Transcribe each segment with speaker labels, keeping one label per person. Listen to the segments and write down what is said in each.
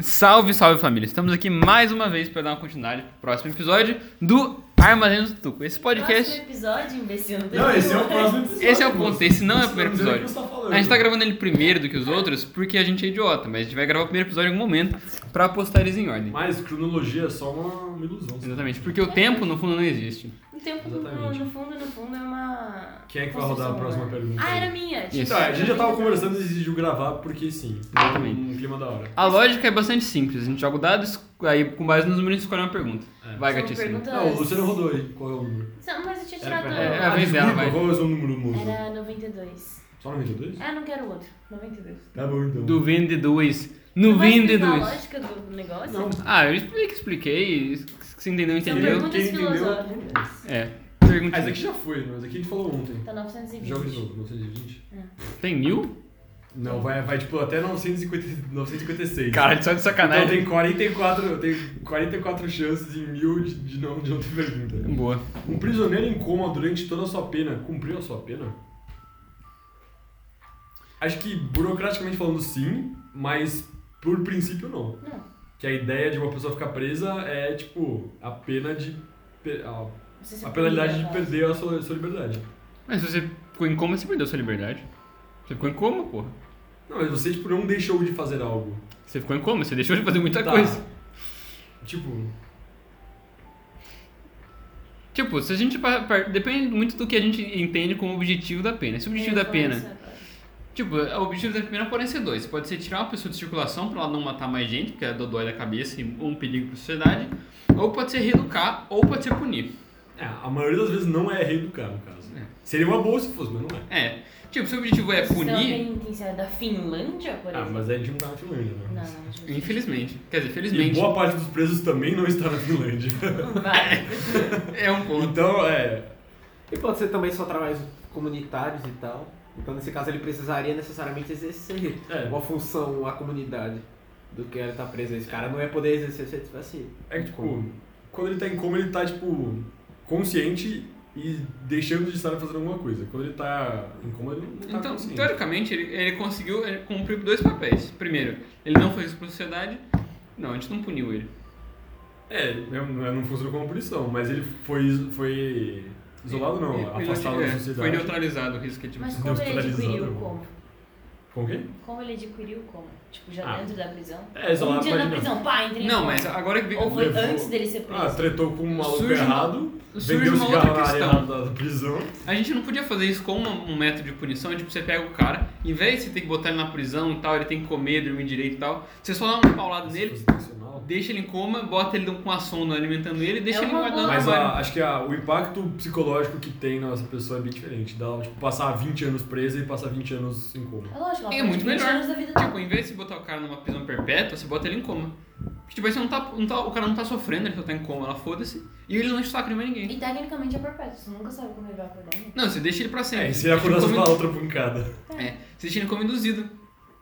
Speaker 1: Salve, salve família! Estamos aqui mais uma vez para dar uma continuidade pro próximo episódio do Armazém do Tuco. Esse podcast.
Speaker 2: Próximo episódio, imbecil. tem
Speaker 3: Não, esse é o
Speaker 2: como.
Speaker 3: próximo episódio.
Speaker 1: Esse é o ponto, esse não é o primeiro
Speaker 3: Você não
Speaker 1: episódio.
Speaker 3: sabe o que você
Speaker 1: A gente tá gravando ele primeiro do que os outros porque a gente é idiota, mas a gente vai gravar o primeiro episódio em algum momento pra postar eles em ordem.
Speaker 3: Mas cronologia é só uma, uma ilusão. sabe?
Speaker 1: Exatamente, porque o tempo no fundo não existe.
Speaker 2: O tempo no,
Speaker 3: Exatamente.
Speaker 2: no um fundo, no fundo é uma.
Speaker 3: Quem é que vai rodar a
Speaker 2: construção,
Speaker 3: próxima
Speaker 2: né?
Speaker 3: pergunta?
Speaker 2: Ah, era minha.
Speaker 1: Isso.
Speaker 3: Então, a gente já tava conversando e decidiu gravar porque sim.
Speaker 1: Exatamente.
Speaker 3: Um clima da hora.
Speaker 1: A lógica é bastante simples, a gente joga o dado, es- aí com base nos números a gente escolhe uma pergunta.
Speaker 3: É.
Speaker 1: Vai,
Speaker 2: São
Speaker 1: gatíssimo.
Speaker 2: perguntas-
Speaker 3: Não, o Luciano rodou aí. Qual é o número?
Speaker 2: Não, mas eu tinha
Speaker 3: Era
Speaker 2: tirado. um.
Speaker 3: pra-
Speaker 1: É, é a vez
Speaker 3: desculpa,
Speaker 1: dela, vai.
Speaker 3: Qual é o seu número do mundo?
Speaker 2: Era 92.
Speaker 3: Só 92?
Speaker 2: Ah, não quero o outro. 92.
Speaker 3: Tá bom então.
Speaker 1: Do 22.
Speaker 2: Tu
Speaker 1: No
Speaker 2: vai explicar a
Speaker 1: 22.
Speaker 2: lógica do negócio?
Speaker 3: Não,
Speaker 1: Ah, eu expliquei, expliquei. Se entendeu,
Speaker 2: São
Speaker 1: entendeu.
Speaker 2: perguntas
Speaker 3: Quem entendeu?
Speaker 2: filosóficas.
Speaker 1: É.
Speaker 3: ah, esse
Speaker 1: Perguntinha.
Speaker 3: aqui já foi, mas aqui a gente falou ontem.
Speaker 2: Tá 920.
Speaker 3: Joga de novo, 920?
Speaker 1: Tem mil?
Speaker 3: Não, vai, vai tipo até 950, 956.
Speaker 1: Caralho, só de
Speaker 3: Então
Speaker 1: sacanagem.
Speaker 3: tem 44, tem 44 chances em mil de, de não, de não ter pergunta.
Speaker 1: Boa.
Speaker 3: Um prisioneiro em coma durante toda a sua pena cumpriu a sua pena? Acho que burocraticamente falando sim, mas por princípio não.
Speaker 2: Não.
Speaker 3: Que a ideia de uma pessoa ficar presa é tipo a pena de. pe- A,
Speaker 2: Não sei se
Speaker 3: a
Speaker 2: eu
Speaker 3: penalidade de
Speaker 2: podia,
Speaker 3: perder a sua, a sua liberdade.
Speaker 1: Mas se você ficou em coma, você perdeu sua liberdade. Você ficou em coma, porra.
Speaker 3: Não, mas você tipo, não deixou de fazer algo.
Speaker 1: Você ficou em coma, você deixou de fazer muita
Speaker 3: Tá.
Speaker 1: coisa.
Speaker 3: Tipo,
Speaker 1: Tipo, se a gente. par- par- Depende muito do que a gente entende como objetivo da pena. Se o
Speaker 2: eu ia
Speaker 1: objetivo da
Speaker 2: falar
Speaker 1: pena.
Speaker 2: isso agora.
Speaker 1: Tipo, o objetivo da pena podem ser dois. Pode ser tirar uma pessoa de circulação pra ela não matar mais gente, porque é dodói da cabeça e um perigo pra sociedade. Ou pode ser reeducar, ou pode ser punir.
Speaker 3: é, a maioria das vezes não é reeducar, no caso.
Speaker 1: É.
Speaker 3: Seria uma boa se fosse, mas não é.
Speaker 1: É. Tipo, se o objetivo é
Speaker 2: Vocês
Speaker 1: punir,
Speaker 2: também têm série da Finlândia, por
Speaker 3: Ah,
Speaker 2: exemplo?
Speaker 3: mas a gente não tá na Finlândia, né?
Speaker 2: Não, não, não.
Speaker 1: infelizmente. Quer dizer,
Speaker 3: E
Speaker 1: felizmente.
Speaker 3: boa parte dos presos também não está na Finlândia.
Speaker 2: Vai.
Speaker 1: É um ponto.
Speaker 3: Então, é.
Speaker 4: E pode ser também só trabalhos comunitários e tal. Então, nesse caso, ele precisaria necessariamente exercer
Speaker 3: É.
Speaker 4: uma função à comunidade do que ele tá preso. Esse cara não ia poder exercer se ele tivesse.
Speaker 3: É que, tipo, quando ele tá em coma, ele tá, tipo, consciente e deixando de estar fazendo alguma coisa. Quando ele tá em coma, ele não tá
Speaker 1: Então,
Speaker 3: consciente.
Speaker 1: teoricamente, ele, ele conseguiu ele cumpriu dois papéis. Primeiro, ele não foi isso pra sociedade. Não, a gente não puniu ele.
Speaker 3: É, não- não não funcionou como punição, mas ele foi, is- foi isolado, não,
Speaker 1: Ele- ele-
Speaker 3: afastado
Speaker 1: é,
Speaker 3: da sociedade.
Speaker 1: Foi neutralizado o risco que ele tivesse.
Speaker 2: Mas como ele adquiriu
Speaker 3: Neutralizador.
Speaker 2: o como?
Speaker 3: Com quem?
Speaker 2: Como ele adquiriu como? Tipo, já
Speaker 3: Ah.
Speaker 2: dentro da prisão?
Speaker 3: É,
Speaker 2: Um
Speaker 3: isolado
Speaker 2: dia na
Speaker 3: pode não.
Speaker 2: prisão, pá, entrei em
Speaker 1: Não,
Speaker 2: coma.
Speaker 1: mas agora que
Speaker 2: Ou foi
Speaker 3: levou-
Speaker 2: antes dele ser preso?
Speaker 3: Ah, tretou com um maluco
Speaker 1: Surge uma-
Speaker 3: errado,
Speaker 1: surge
Speaker 3: vendeu
Speaker 1: uma outra
Speaker 3: cigarro na área
Speaker 1: questão.
Speaker 3: errada da prisão.
Speaker 1: A gente não podia fazer isso com um, um método de punição, é tipo, você pega o cara, em vez de você ter que botar ele na prisão e tal, ele tem que comer, dormir direito e tal, você só dá uma paulada Tá nele,
Speaker 3: Se fosse intencional.
Speaker 1: deixa ele em coma, bota ele com a sonda alimentando ele, deixa
Speaker 2: É
Speaker 1: ele
Speaker 2: uma
Speaker 1: guardando
Speaker 2: boa.
Speaker 3: Mas
Speaker 1: no armário.
Speaker 3: a- acho que a- o impacto psicológico que tem na nossa pessoa é bem diferente. Dá, tipo, passar 20 anos presa e passar 20 anos em coma.
Speaker 2: É lógico, ela
Speaker 1: É
Speaker 2: perde
Speaker 1: muito
Speaker 2: 20
Speaker 1: melhor.
Speaker 2: anos da vida dela.
Speaker 1: Tipo, em vez de você botar o cara numa prisão perpétua, você bota ele em coma. Porque, tipo, aí você não tá, não tá- o cara não tá sofrendo, ele só tá em coma, ela foda-se, e ele não está crime ninguém.
Speaker 2: E tecnicamente é perpétuo, você nunca sabe como ele vai acordar. né?
Speaker 1: Não, você deixa ele pra sempre.
Speaker 3: É, e se
Speaker 1: Você
Speaker 3: ele acordasse
Speaker 1: deixa
Speaker 3: uma
Speaker 1: ele como-
Speaker 3: outra pancada.
Speaker 1: É, você deixa ele como induzido.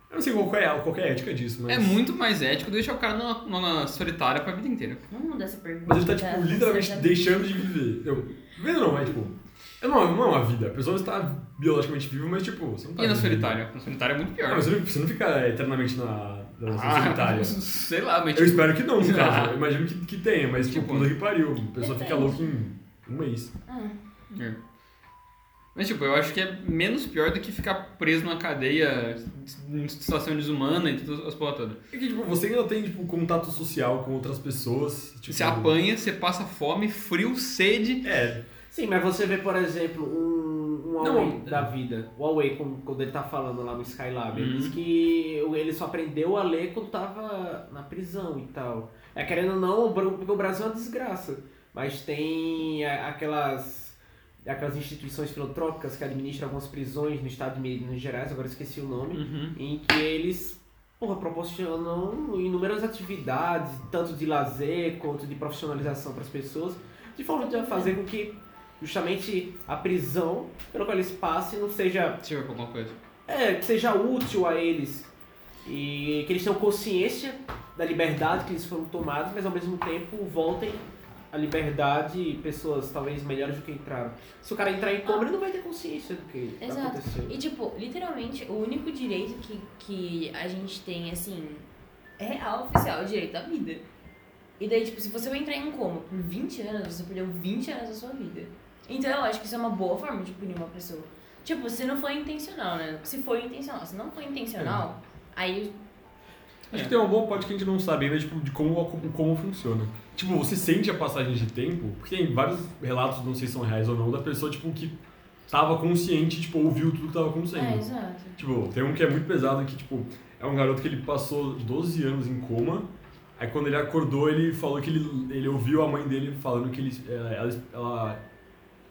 Speaker 3: Eu não sei qual é, qual que é a ética disso, mas.
Speaker 1: É muito mais ético deixar o cara numa, numa solitária pra vida inteira.
Speaker 2: Não muda essa pergunta.
Speaker 3: Mas ele tá, tipo, literalmente
Speaker 2: Você tá-
Speaker 3: deixando de viver. Eu, vivendo não, mas, tipo. é uma- Não, é uma vida. A pessoa está biologicamente viva, mas, tipo, você não tá.
Speaker 1: E na
Speaker 3: vivendo.
Speaker 1: solitária? Na solitária é muito pior.
Speaker 3: Não, mas você não, você não fica eternamente na, na nossa
Speaker 1: Ah,
Speaker 3: solitária.
Speaker 1: Sei lá, mas
Speaker 3: Eu
Speaker 1: tipo,
Speaker 3: espero que não, no caso.
Speaker 1: Ah.
Speaker 3: Eu imagino que, que tenha, mas, tipo,
Speaker 1: Tipo,
Speaker 3: quando que pariu. A pessoa fica
Speaker 2: depende.
Speaker 3: louca em um mês.
Speaker 2: Ah,
Speaker 1: é. Mas tipo, eu acho que é menos pior do que ficar preso numa cadeia em situação desumana e todas as porra toda.
Speaker 3: É que, tipo, você ainda tem, tipo, contato social com outras pessoas. Tipo,
Speaker 1: Você apanha, você passa fome, frio, sede.
Speaker 3: É.
Speaker 4: Sim, mas você vê, por exemplo, um, um
Speaker 3: Não,
Speaker 4: Huawei da vida. O Huawei, como- quando ele tá falando lá no Skylab, ele diz que o- ele só aprendeu a ler quando tava na prisão e tal. É querendo ou não, o Bra- porque o Brasil é uma desgraça. Mas tem a- aquelas. Aquelas instituições filantrópicas que administram algumas prisões no estado de Minas Gerais, agora eu esqueci o nome.
Speaker 1: Uhum.
Speaker 4: em que eles porra, proporcionam inúmeras atividades, tanto de lazer quanto de profissionalização para as pessoas, de forma de fazer com que justamente a prisão pelo qual eles passem não seja,
Speaker 1: Deixa eu ver alguma coisa.
Speaker 4: é, que seja útil a eles e que eles tenham consciência da liberdade que eles foram tomados, mas ao mesmo tempo voltem à liberdade pessoas talvez melhores do que entraram. Se o cara entrar em coma, ele não vai ter consciência do que
Speaker 2: Exato.
Speaker 4: aconteceu.
Speaker 2: E tipo, literalmente, o único direito que, que a gente tem, assim, real oficial, direito à vida. E daí, tipo, se você vai entrar em um coma por 20 anos, você perdeu 20 anos da sua vida. Então eu acho que isso é uma boa forma de punir uma pessoa. Tipo, se não foi intencional, né? Se foi intencional. Se não foi intencional, aí
Speaker 3: Acho que tem uma boa parte que a gente não sabe ainda, tipo, de como, como funciona. Tipo, você sente a passagem de tempo, porque tem vários relatos, não sei se são reais ou não, da pessoa, tipo, que tava consciente, tipo, ouviu tudo que tava acontecendo.
Speaker 2: É, exato.
Speaker 3: Tipo, tem um que é muito pesado, que, tipo, é um garoto que ele passou 12 anos em coma, aí quando ele acordou, ele falou que ele, ele ouviu a mãe dele falando que ele, ela, ela- ela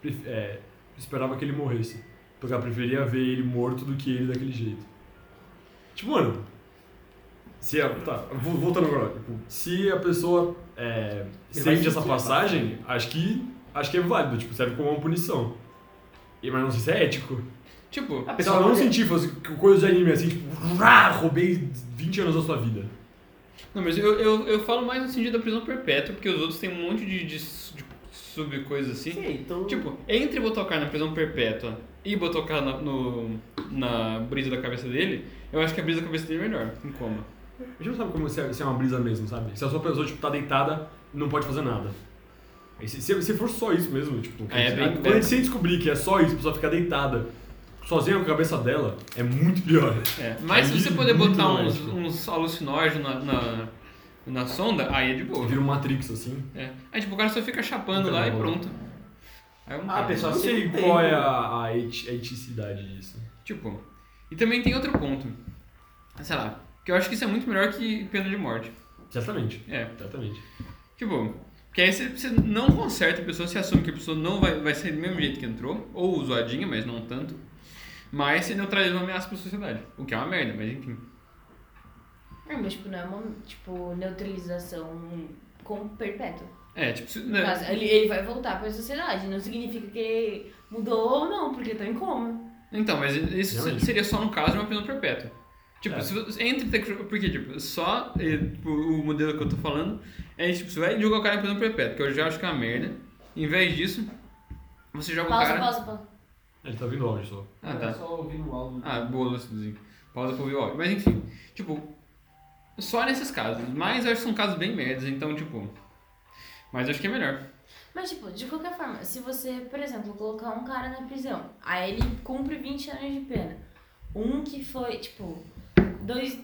Speaker 3: pref- é, esperava que ele morresse, porque ela preferia ver ele morto do que ele daquele jeito. Tipo, mano, se a, tá, vo- voltando agora, tipo, se a pessoa é,
Speaker 4: Ele vai
Speaker 3: sente essa
Speaker 4: sentir né? a
Speaker 3: passagem, acho que, acho que é válido, tipo, serve como uma punição. E, mas não sei se é ético.
Speaker 1: Tipo,
Speaker 4: A
Speaker 3: Se
Speaker 4: pessoa
Speaker 3: ela não
Speaker 4: olha-
Speaker 3: sentir, fosse coisa de anime assim, tipo, rá, roubei 20 anos da sua vida.
Speaker 1: Não, mas eu, eu, eu falo mais no sentido da prisão perpétua, porque os outros têm um monte de, de, su- de sub-coisa assim.
Speaker 4: Sim, então.
Speaker 1: Tipo, entre botar o cara na prisão perpétua e botar o cara na, no- na brisa da cabeça dele, eu acho que a brisa da cabeça dele é melhor, em coma.
Speaker 3: A gente não sabe como se é, se é uma brisa mesmo, sabe? Se a sua pessoa, tipo, tá deitada e não pode fazer nada. E se, se, se for só isso mesmo, tipo,
Speaker 1: É, é bem-
Speaker 3: quando a gente sem descobrir que é só isso, a pessoa ficar deitada sozinha com a cabeça dela, é muito pior.
Speaker 1: É. Mas se
Speaker 3: Aí
Speaker 1: você puder
Speaker 3: muito
Speaker 1: botar uns,
Speaker 3: lógico.
Speaker 1: uns alucinógenos na, na, na sonda, aí é de boa.
Speaker 3: Vira um Matrix, assim.
Speaker 1: É. Aí tipo, o cara só fica chapando
Speaker 3: Então,
Speaker 1: lá e
Speaker 3: bom.
Speaker 1: pronto. Aí é um eu não
Speaker 4: Ah,
Speaker 1: quero.
Speaker 4: pessoal,
Speaker 3: não sei
Speaker 4: sempre tem,
Speaker 3: qual é
Speaker 4: né?
Speaker 3: a, a eti- eticidade disso.
Speaker 1: Tipo, e também tem outro ponto. Sei lá, que eu acho que isso é muito melhor que pena de morte.
Speaker 3: Certamente.
Speaker 1: É.
Speaker 3: Exatamente.
Speaker 1: Tipo, porque aí você, você não conserta a pessoa, você assume que a pessoa não vai, vai sair do mesmo jeito que entrou, ou zoadinha, mas não tanto. Mas você neutraliza uma ameaça pra sociedade. O que é uma merda, mas enfim.
Speaker 2: Não, mas tipo, não é uma tipo, neutralização com perpétua.
Speaker 1: É, tipo, se-
Speaker 2: No
Speaker 1: né,
Speaker 2: caso, ele, ele vai voltar pra sociedade. Não significa que ele mudou ou não, porque ele tá em coma.
Speaker 1: Então, mas isso
Speaker 3: Realmente.
Speaker 1: seria só no caso de uma prisão perpétua. Tipo,
Speaker 3: É.
Speaker 1: se você, entre porque tipo, só eh, tipo, o modelo que eu tô falando é tipo, você vai jogar o cara na prisão perpétua, que eu já acho que é uma merda. Em vez disso, você joga o
Speaker 2: Pausa,
Speaker 1: É um cara.
Speaker 2: pausa, pausa.
Speaker 3: Ele tá vindo áudio só.
Speaker 1: Ah, tá.
Speaker 4: É só ouvindo o áudio.
Speaker 1: Ah, boa, Lucidozinho. Pausa pra ouvir o áudio. Mas enfim, tipo, só nesses casos. Mas eu acho que são casos bem merdas, então, tipo. Mas eu acho que é melhor.
Speaker 2: Mas, tipo, de qualquer forma, se você, por exemplo, colocar um cara na prisão, aí ele cumpre 20 anos de pena. Um que foi, tipo, dois,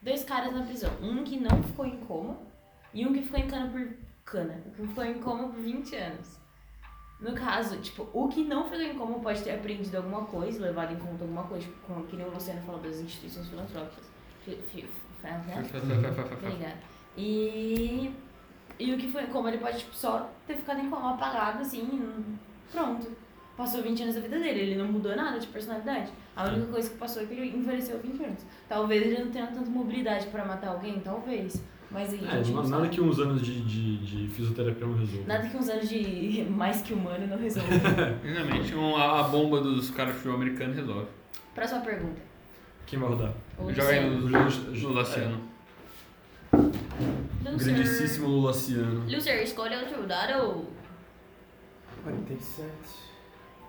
Speaker 2: dois caras na prisão. Um que não ficou em coma e um que ficou em cana por cana. Que ficou em coma por 20 anos. No caso, tipo, o que não ficou em coma pode ter aprendido alguma coisa, levado em conta alguma coisa, tipo, como que nem o Luciano falou das instituições filantrópicas. Fi- fi- fa- né? Obrigada. E. E o que foi, como ele pode tipo, só ter ficado em coma apagado, assim, e pronto. Passou 20 anos da vida dele, ele não mudou nada de personalidade. A única coisa que passou é que ele envelheceu 20 anos. Talvez ele não tenha tanta mobilidade pra matar alguém, talvez. Mas aí, a
Speaker 3: É,
Speaker 2: gente não
Speaker 3: na- nada
Speaker 2: sabe.
Speaker 3: que uns anos de, de, de fisioterapia não resolva.
Speaker 2: nada que uns anos de mais que humano não resolve.
Speaker 1: Realmente, um- a, a bomba dos caras de futebol americano resolve.
Speaker 2: Próxima pergunta.
Speaker 3: Quem vai rodar?
Speaker 2: O
Speaker 1: Joga aí
Speaker 2: Luciano.
Speaker 1: no, no, no Laciano.
Speaker 2: Luciano.
Speaker 3: Grandíssimo Lulaciano.
Speaker 2: Luciano, escolha outro dado.
Speaker 4: 47.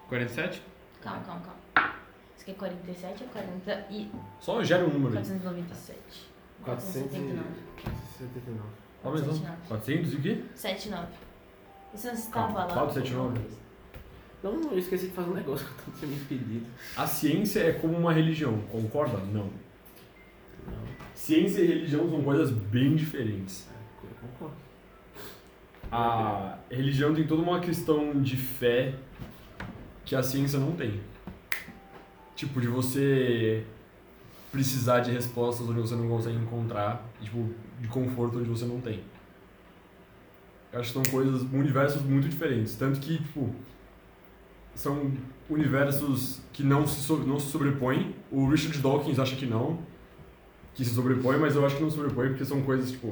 Speaker 1: 47?
Speaker 2: Calma, calma, calma. Isso aqui é 47 ou 40 e
Speaker 3: Só gera um número aí.
Speaker 2: 497. 479.
Speaker 4: 479.
Speaker 3: Ó, Tá, mas não. 400 e o quê?
Speaker 2: 79. Você não estava
Speaker 3: Calma,
Speaker 2: lá.
Speaker 3: 479.
Speaker 4: Não, eu esqueci de fazer um negócio que eu tinha me pedido.
Speaker 3: A ciência é como uma religião, concorda? Não. Ciência e religião são coisas bem diferentes.
Speaker 4: Eu concordo.
Speaker 3: A religião tem toda uma questão de fé que a ciência não tem. Tipo, de você precisar de respostas onde você não consegue encontrar, e, tipo, de conforto onde você não tem. Eu acho que são coisas, universos muito diferentes. Tanto que, tipo, são universos que não se, so- não se sobrepõem. O Richard Dawkins acha que não, que se sobrepõe, mas eu acho que não se sobrepõe porque são coisas, tipo,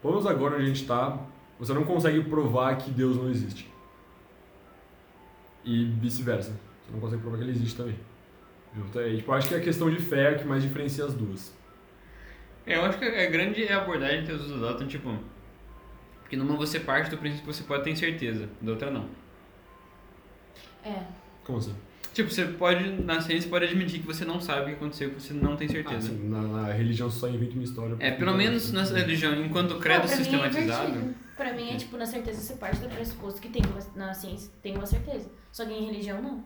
Speaker 3: pelo menos agora onde a gente tá, você não consegue provar que Deus não existe. E vice-versa. Você não consegue provar que ele existe também. Viu? Então, é, tipo, eu acho que a questão de fé é a que mais diferencia as duas.
Speaker 1: É, eu acho que a grande é a abordagem que eles adotam, tipo. Porque numa você parte do princípio que você pode ter certeza, da outra não.
Speaker 2: É.
Speaker 3: Como assim?
Speaker 1: Tipo, você pode, na ciência, pode admitir que você não sabe o que aconteceu, que você não tem
Speaker 3: Ah,
Speaker 1: certeza.
Speaker 3: sim, na, na religião só inventa uma história.
Speaker 1: é, pelo menos
Speaker 3: assim.
Speaker 1: na religião, enquanto o credo
Speaker 2: Ah, pra mim é
Speaker 1: sistematizado.
Speaker 2: invertido. Pra mim é tipo, na certeza você parte do pressuposto que tem uma, na ciência tem uma certeza. Só que em religião não.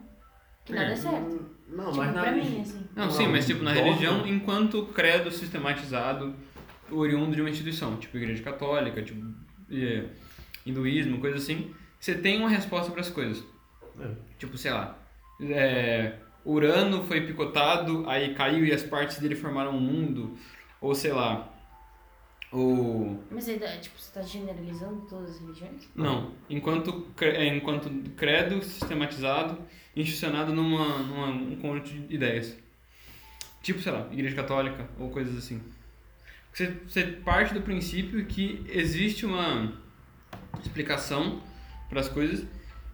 Speaker 2: Que nada
Speaker 1: É.
Speaker 2: é certo.
Speaker 4: Não,
Speaker 2: tipo,
Speaker 4: mas na
Speaker 2: pra
Speaker 4: religi-
Speaker 2: mim, assim.
Speaker 1: Não,
Speaker 4: Não,
Speaker 1: sim, mas tipo, na
Speaker 4: dogma.
Speaker 1: religião, enquanto credo sistematizado, oriundo de uma instituição, tipo igreja católica, tipo eh, hinduísmo, coisa assim, você tem uma resposta para as coisas.
Speaker 3: É.
Speaker 1: Tipo, sei lá, é, Urano foi picotado, aí caiu e as partes dele formaram um mundo, ou sei lá, o...
Speaker 2: Mas aí, dá- tipo, você tá generalizando todas as religiões?
Speaker 1: Não. Enquanto, cre- é, enquanto credo sistematizado, institucionado numa, numa, um conjunto de ideias. Tipo, sei lá, igreja católica ou coisas assim. Você, você parte do princípio que existe uma explicação para as coisas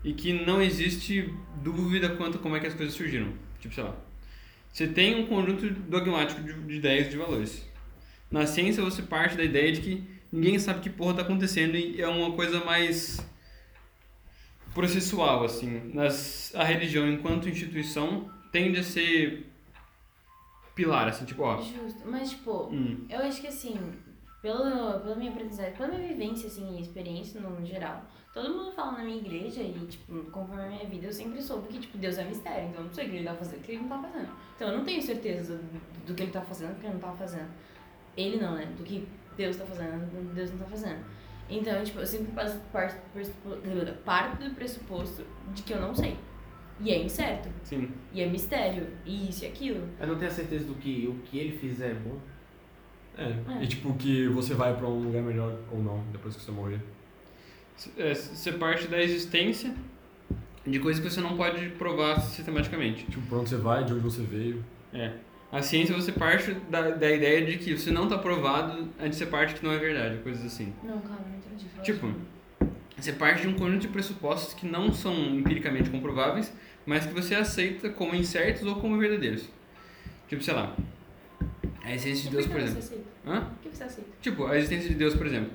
Speaker 1: e que não existe dúvida quanto a como é que as coisas surgiram. Tipo, sei lá. Você tem um conjunto dogmático de, de ideias e de valores. Na ciência você parte da ideia de que ninguém sabe que porra tá acontecendo e é uma coisa mais processual, assim. Nas, a religião, enquanto instituição, tende a ser pilar, assim, tipo, ó.
Speaker 2: Justo. Mas, tipo,
Speaker 1: hum,
Speaker 2: Eu acho que assim, pelo, pela minha aprendizagem, pela minha vivência assim, e experiência no geral, todo mundo fala na minha igreja e, tipo, conforme a minha vida, eu sempre soube que, tipo, Deus é mistério, então eu não sei o que ele tá fazendo, o que ele não tá fazendo. Então eu não tenho certeza do, do que ele tá fazendo, do que ele não tá fazendo. Ele não, né? Do que Deus tá fazendo, do que Deus não tá fazendo. Então, tipo, eu sempre faço parte, do pressupo- parto do pressuposto de que eu não sei. E é incerto.
Speaker 1: sim.
Speaker 2: E é mistério. E isso e aquilo.
Speaker 4: Eu não tenho a certeza do que o que ele fizer é bom.
Speaker 3: É, e tipo que você vai pra um lugar melhor ou não depois que você morrer.
Speaker 1: É, Você parte da existência de coisas que você não pode provar sistematicamente.
Speaker 3: Tipo, pra onde você vai, de onde você veio.
Speaker 1: É. A ciência você parte da, da ideia de que se não tá provado, a gente você parte que não é verdade, coisas assim.
Speaker 2: Não, calma, não entendi. Fala
Speaker 1: Tipo,
Speaker 2: de novo.
Speaker 1: Você parte de um conjunto de pressupostos que não são empiricamente comprováveis, mas que você aceita como incertos ou como verdadeiros. Tipo, sei lá, a existência de
Speaker 2: E por
Speaker 1: Deus,
Speaker 2: que
Speaker 1: por
Speaker 2: você
Speaker 1: exemplo.
Speaker 2: aceita?
Speaker 1: Hã?
Speaker 2: Por que você aceita?
Speaker 1: Tipo, a existência de Deus, por exemplo,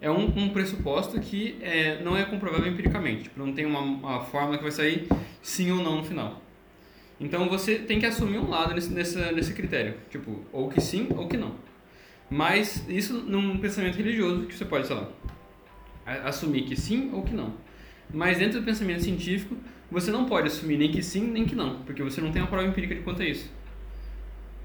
Speaker 1: é um, um pressuposto que é, não é comprovável empiricamente. Tipo, não tem uma, uma fórmula que vai sair sim ou não no final. Então você tem que assumir um lado nesse, nessa, nesse critério. Tipo, ou que sim ou que não. Mas isso num pensamento religioso que você pode, sei lá, a- assumir que sim ou que não. Mas dentro do pensamento científico, você não pode assumir nem que sim nem que não, porque você não tem uma prova empírica de quanto a isso.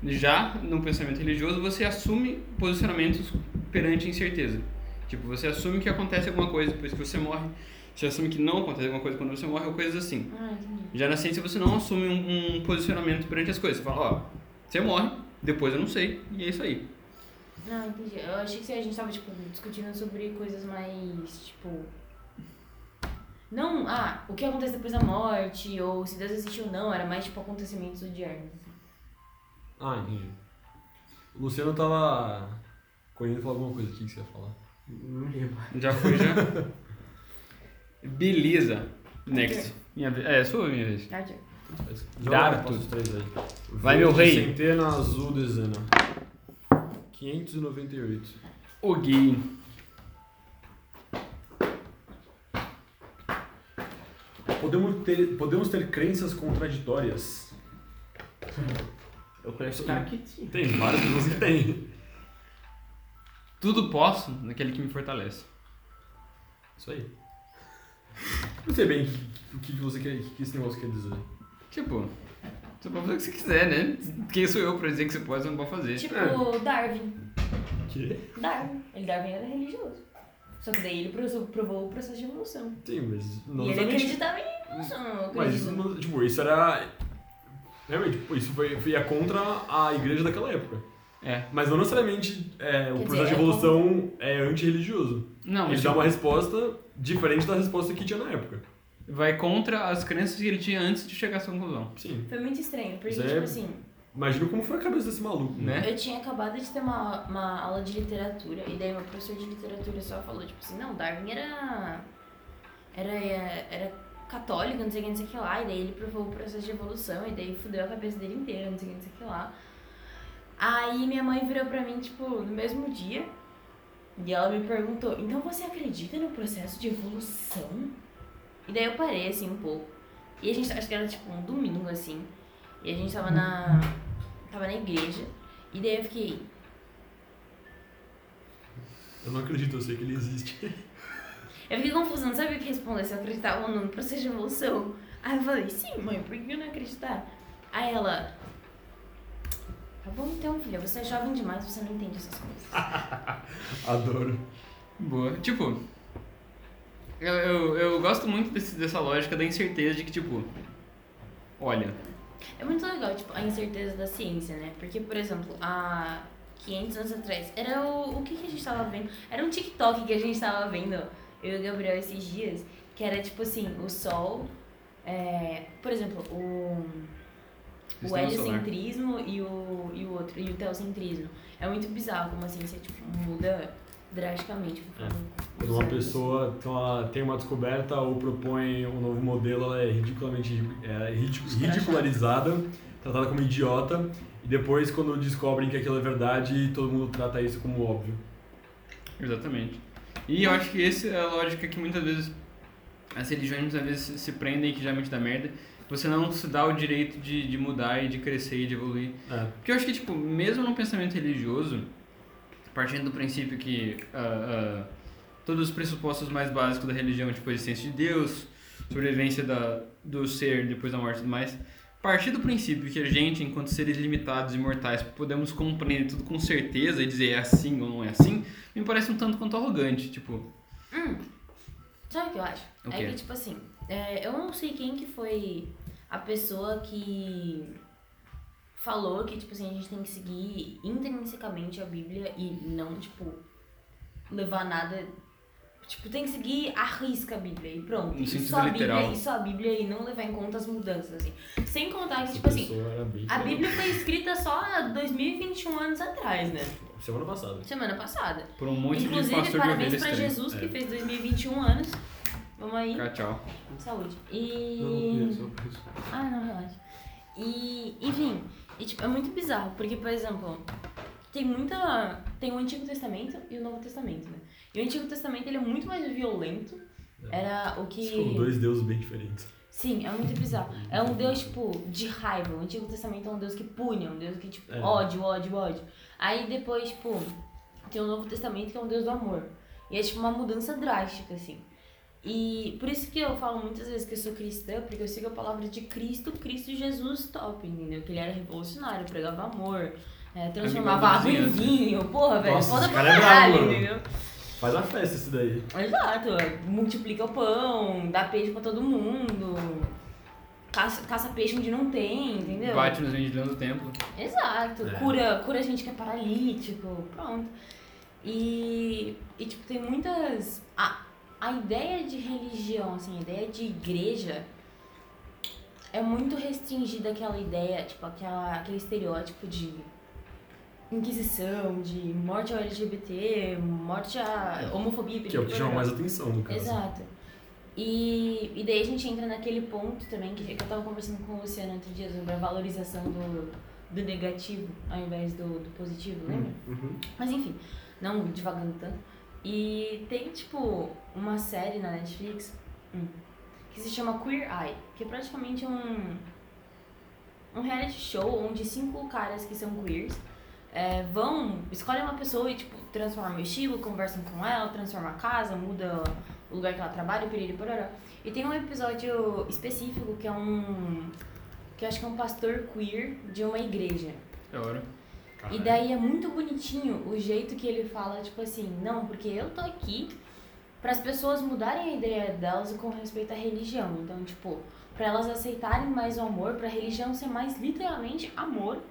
Speaker 1: Já no pensamento religioso, você assume posicionamentos perante a incerteza. Tipo, você assume que acontece alguma coisa depois que você morre, você assume que não acontece alguma coisa quando você morre, ou coisas assim.
Speaker 2: Ah, entendi.
Speaker 1: Já na ciência você não assume um, um posicionamento perante as coisas. Você fala, ó, você morre, depois eu não sei, e é isso aí.
Speaker 2: Não, entendi. Eu achei que a gente tava, tipo, discutindo sobre coisas mais, tipo... Não, ah, o que acontece depois da morte, ou se Deus existe ou não, era mais, tipo, acontecimentos odiarnos. assim.
Speaker 3: Ah, entendi. O Luciano tava correndo falar alguma coisa, o que que você ia falar?
Speaker 4: Não lembro.
Speaker 1: Já foi, já? Beleza. Next. Minha, ve- é, sua ou minha vez.
Speaker 2: Tá, Diego?
Speaker 3: Joga,
Speaker 1: Dardo.
Speaker 3: passa os três aí.
Speaker 1: Vai, meu
Speaker 3: Verde,
Speaker 1: rei.
Speaker 3: Centena, azul, dezena. 598.
Speaker 1: O Gui.
Speaker 3: Podemos ter, podemos ter crenças contraditórias?
Speaker 4: Eu conheço o cara que tinha.
Speaker 3: Tem várias pessoas que tem.
Speaker 1: Tudo posso naquele que me fortalece.
Speaker 3: Isso aí. Não sei bem o que, que você quer, o que que esse negócio quer dizer.
Speaker 1: Tipo, você pode fazer o que você quiser, né? Quem sou eu pra dizer que você pode ou não pode fazer?
Speaker 2: Tipo,
Speaker 3: é.
Speaker 2: Darwin.
Speaker 3: Que?
Speaker 2: Darwin. Ele, Darwin era religioso. Só que daí ele pro- provou o processo de evolução.
Speaker 3: Tem, mas não
Speaker 2: e ele
Speaker 3: exatamente.
Speaker 2: acreditava em evolução, eu
Speaker 3: Mas
Speaker 2: acredito.
Speaker 3: isso, não- tipo, isso era. Realmente, tipo, isso foi, foi a contra a igreja daquela época.
Speaker 1: É.
Speaker 3: Mas não necessariamente é, o
Speaker 2: Quer
Speaker 3: processo de
Speaker 2: dizer, é
Speaker 3: evolução é antirreligioso.
Speaker 1: Não,
Speaker 3: Ele
Speaker 1: mas
Speaker 3: dá uma resposta diferente da resposta que tinha na época.
Speaker 1: vai contra as crenças que ele tinha antes de chegar à sua conclusão.
Speaker 3: Sim.
Speaker 2: Foi muito estranho, porque,
Speaker 3: Isso é-
Speaker 2: tipo assim...
Speaker 3: Imagina como foi a cabeça desse maluco.
Speaker 1: Né?
Speaker 2: Eu tinha acabado de ter uma, uma aula de literatura, e daí meu professor de literatura só falou, tipo assim, não, Darwin era. Era, era católico, não sei o que, não sei o que lá, e daí ele provou o processo de evolução, e daí fudeu a cabeça dele inteira, não sei o que, não sei o que lá. Aí minha mãe virou pra mim, tipo, no mesmo dia, e ela me perguntou, então você acredita no processo de evolução? E daí eu parei assim um pouco. E a gente, acho que era tipo um domingo, assim. E a gente tava na. Tava na igreja. E daí eu fiquei.
Speaker 3: Eu não acredito, eu sei que ele existe.
Speaker 2: Eu fiquei confusa, não sabia o que responder, se eu acreditava ou não no processo de evolução. Aí eu falei, sim, mãe, por que eu não acreditar? Aí ela. Tá bom então, filha, você é jovem demais, você não entende essas coisas.
Speaker 3: Adoro.
Speaker 1: Boa. Tipo, eu, eu, eu gosto muito desse, dessa lógica da incerteza de que, tipo, olha,
Speaker 2: É muito legal, tipo, a incerteza da ciência, né? Porque, por exemplo, há 500 anos atrás, era o, o que, que a gente tava vendo? Era um TikTok que a gente tava vendo, eu e o Gabriel, esses dias, que era, tipo assim, o Sol, é, por exemplo, o... o
Speaker 1: sistema solar.
Speaker 2: heliocentrismo e o, e o outro, e o teocentrismo. É muito bizarro como a ciência tipo, muda drasticamente. Tipo,
Speaker 1: É.
Speaker 2: conforme
Speaker 3: Quando
Speaker 2: os
Speaker 3: uma
Speaker 2: anos.
Speaker 3: pessoa tem uma, tem uma descoberta ou propõe um novo modelo, ela é ridiculamente ri- é ridicu- ridicularizada, tratada como idiota, e depois quando descobrem que aquilo é verdade, todo mundo trata isso como óbvio.
Speaker 1: Exatamente. E eu acho que essa é a lógica que muitas vezes as religiões às vezes se- se prendem, que geralmente dá merda. Você não se dá o direito de, de mudar e de crescer e de evoluir.
Speaker 3: É.
Speaker 1: Porque eu acho que, tipo, mesmo no pensamento religioso, partindo do princípio que ah, ah, todos os pressupostos mais básicos da religião, tipo a existência de Deus, sobrevivência da, do ser depois da morte e tudo mais, partir do princípio que a gente, enquanto seres limitados e mortais, podemos compreender tudo com certeza e dizer é assim ou não é assim, me parece um tanto quanto arrogante, tipo...
Speaker 2: Hum. Sabe o que eu acho?
Speaker 1: O
Speaker 2: É
Speaker 1: quê?
Speaker 2: que, tipo assim, é, eu não sei quem que foi a pessoa que falou que, tipo assim, a gente tem que seguir intrinsecamente a Bíblia e não, tipo, levar nada. Tipo, tem que seguir a risca a Bíblia e pronto.
Speaker 1: No
Speaker 2: E
Speaker 1: sentido
Speaker 2: só a
Speaker 1: literal.
Speaker 2: Bíblia, e só a Bíblia e não levar em conta as mudanças, assim. Sem contar que,
Speaker 3: Essa
Speaker 2: tipo assim,
Speaker 3: pessoa era bem
Speaker 2: a
Speaker 3: legal.
Speaker 2: Bíblia foi escrita só há 2021 anos atrás, né?
Speaker 3: Semana passada.
Speaker 2: Semana passada.
Speaker 1: Por um monte de
Speaker 2: Inclusive,
Speaker 1: pastor de ovelha
Speaker 2: parabéns pra
Speaker 1: estranho.
Speaker 2: Jesus, que
Speaker 3: É.
Speaker 2: fez 2021 anos. Vamos aí.
Speaker 1: Cá, tchau.
Speaker 2: Saúde.
Speaker 4: Não, não,
Speaker 2: E.
Speaker 4: isso, isso.
Speaker 2: Ah, não, relaxa. E, enfim, e, tipo, é muito bizarro, porque, por exemplo, tem muita. Tem o Antigo Testamento e o Novo Testamento, né? E o Antigo Testamento ele é muito mais violento. Era o que.
Speaker 3: Foram dois deuses bem diferentes.
Speaker 2: Sim, é muito bizarro. É um deus, tipo, de raiva. O Antigo Testamento é um deus que pune, é um deus que, tipo,
Speaker 3: É.
Speaker 2: ódio, ódio, ódio. Aí depois, tipo, tem o Novo Testamento que é um deus do amor. E é, tipo, uma mudança drástica, assim. E por isso que eu falo muitas vezes que eu sou cristã, porque eu sigo a palavra de Cristo, Cristo Jesus top, entendeu? Que ele era revolucionário, pregava amor, é, transformava água em
Speaker 1: Amigo da
Speaker 2: vinho, porra, velho,
Speaker 3: né? Nossa,
Speaker 2: foda
Speaker 3: esse
Speaker 2: pra
Speaker 3: cara é
Speaker 2: caralho,
Speaker 3: brabo, mano.
Speaker 2: entendeu?
Speaker 3: Faz a festa isso daí.
Speaker 2: Exato, multiplica o pão, dá peixe pra todo mundo, caça, caça peixe onde não tem, entendeu?
Speaker 1: Bate nos ventiladores do templo.
Speaker 2: Exato,
Speaker 3: É.
Speaker 2: cura, cura gente que é paralítico, pronto. E, e tipo, tem muitas. A, a ideia de religião, assim, a ideia de igreja é muito restringida àquela ideia, tipo, aquela, aquele estereótipo de inquisição, de morte ao LGBT, morte à homofobia.
Speaker 3: Que é o que chama
Speaker 2: perdão.
Speaker 3: mais atenção, no caso.
Speaker 2: Exato. E, e daí a gente entra naquele ponto também que, que eu tava conversando com o Luciano outro dia sobre a valorização do, do negativo ao invés do, do positivo, lembra?
Speaker 4: Uhum.
Speaker 2: Mas enfim, não devagando tanto. E tem, tipo, uma série na Netflix hum, que se chama Queer Eye, que é praticamente um, um reality show onde cinco caras que são queers é, vão, escolhem uma pessoa e, tipo, transformam o estilo, conversam com ela, transformam a casa, muda o lugar que ela trabalha, piriri, pororó. E tem um episódio específico que é um... que eu acho que é um pastor queer de uma igreja.
Speaker 1: Da É hora.
Speaker 2: E daí é muito bonitinho o jeito que ele fala, tipo assim, não, porque eu tô aqui para as pessoas mudarem a ideia delas com respeito à religião. Então, tipo, para elas aceitarem mais o amor, para a religião ser mais literalmente amor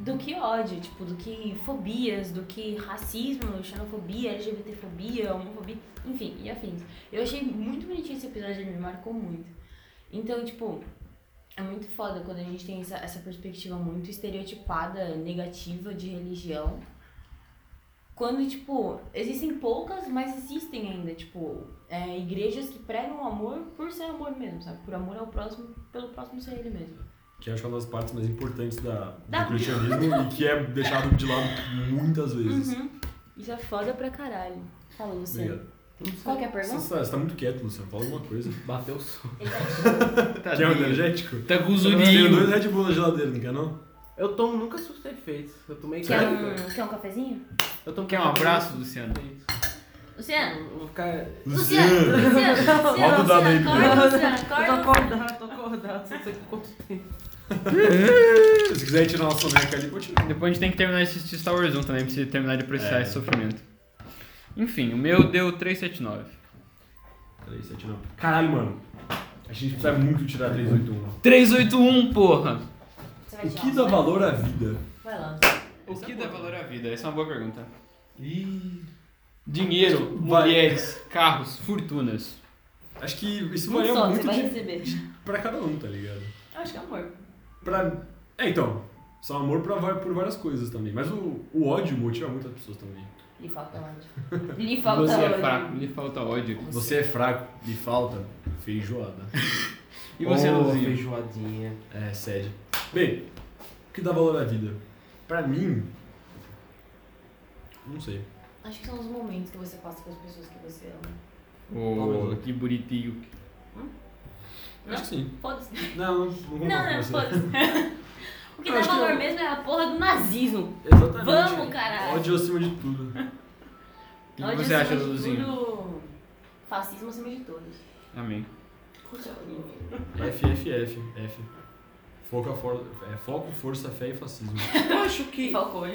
Speaker 2: do que ódio, tipo, do que fobias, do que racismo, xenofobia, LGBTfobia, homofobia, enfim, e afins. Eu achei muito bonitinho esse episódio, ele me marcou muito. Então, tipo, é muito foda quando a gente tem essa, essa perspectiva muito estereotipada, negativa de religião. Quando, tipo, existem poucas, mas existem ainda, tipo, é, igrejas que pregam amor por ser amor mesmo, sabe? Por amor ao próximo, pelo próximo ser ele mesmo.
Speaker 3: Que acho uma das partes mais importantes da,
Speaker 2: Da-
Speaker 3: do cristianismo e que é deixado de lado muitas vezes.
Speaker 2: Uhum. Isso é foda pra caralho. Falou, Luciano.
Speaker 3: Obrigado.
Speaker 2: Qual que é a
Speaker 3: Você
Speaker 2: pergunta?
Speaker 3: está você tá muito quieto, Luciano. Fala alguma coisa.
Speaker 4: Bateu o som.
Speaker 2: Ele tá achando.
Speaker 3: Quer um energético?
Speaker 1: Tá
Speaker 3: Tem dois
Speaker 1: guzurinho.
Speaker 3: Red Bull na geladeira, não quer não?
Speaker 4: Eu tomo nunca surtei feito. Eu tomei
Speaker 2: Quer
Speaker 4: café.
Speaker 2: um, quer um cafezinho?
Speaker 4: Eu tomo
Speaker 1: Quer um
Speaker 4: café.
Speaker 1: abraço, Luciano?
Speaker 2: Luciano,
Speaker 4: Eu vou ficar.
Speaker 2: Luciano, Luciano, Luciano,
Speaker 3: Roda o dado aí,
Speaker 2: Luciano, acorda, Luciano,
Speaker 4: Eu tô
Speaker 2: acorda.
Speaker 4: acordado, tô acordado, não sei quanto tempo.
Speaker 3: Se quiser tirar uma soneca ali, continua.
Speaker 1: Depois a gente tem que terminar esse de Star Wars 1 também, pra você terminar de apreciar
Speaker 3: É.
Speaker 1: esse sofrimento. Enfim, o meu deu 379.
Speaker 3: Peraí, 7 não. Caralho, mano. A gente precisa muito tirar 381.
Speaker 1: 381, porra!
Speaker 2: Você vai
Speaker 3: O
Speaker 2: tirar
Speaker 3: que
Speaker 2: um,
Speaker 3: dá
Speaker 2: né?
Speaker 3: valor à vida?
Speaker 2: Vai lá.
Speaker 1: O
Speaker 4: Essa
Speaker 1: que
Speaker 4: é
Speaker 1: dá
Speaker 4: boa.
Speaker 1: valor à vida? Essa é uma boa pergunta.
Speaker 3: Ih.
Speaker 1: Dinheiro,
Speaker 3: Vai.
Speaker 1: mulheres, carros, fortunas.
Speaker 3: Acho que isso
Speaker 2: Um
Speaker 3: varia
Speaker 2: só que
Speaker 3: muito
Speaker 2: você vai
Speaker 3: de-
Speaker 2: receber.
Speaker 3: pra cada um, tá ligado?
Speaker 2: Eu acho que é amor.
Speaker 3: Pra. É, então. São amor pra, va- por várias coisas também. Mas o, o ódio motiva muitas pessoas também.
Speaker 2: Lhe falta onde? Lhe falta
Speaker 1: Você
Speaker 2: onde?
Speaker 1: é fraco, lhe falta ódio.
Speaker 3: Você é fraco, lhe falta feijoada.
Speaker 1: E você,
Speaker 4: Ô,
Speaker 1: Luzinho?
Speaker 4: Feijoadinha.
Speaker 3: É, sede. Bem, o que dá valor à vida? Pra mim. Não sei.
Speaker 2: Acho que são os momentos que você passa com as pessoas que você ama.
Speaker 1: Oh, que bonitinho.
Speaker 3: Acho que sim.
Speaker 2: Foda-se.
Speaker 3: Não, não vou
Speaker 2: Não, não, foda-se. O que
Speaker 3: Eu
Speaker 2: dá
Speaker 3: acho que
Speaker 2: valor
Speaker 3: eu-
Speaker 2: mesmo é a porra do nazismo.
Speaker 3: Exatamente.
Speaker 2: Vamos, caralho.
Speaker 3: Ódio acima de tudo.
Speaker 1: O que
Speaker 2: Ódio
Speaker 1: você acha,
Speaker 2: acima de
Speaker 1: Luzinho?
Speaker 2: tudo, Fascismo acima de todos.
Speaker 1: Amém.
Speaker 3: FFF, F. Foco, a for... é, foco, força, fé e fascismo.
Speaker 4: Eu acho que.
Speaker 2: Falcone.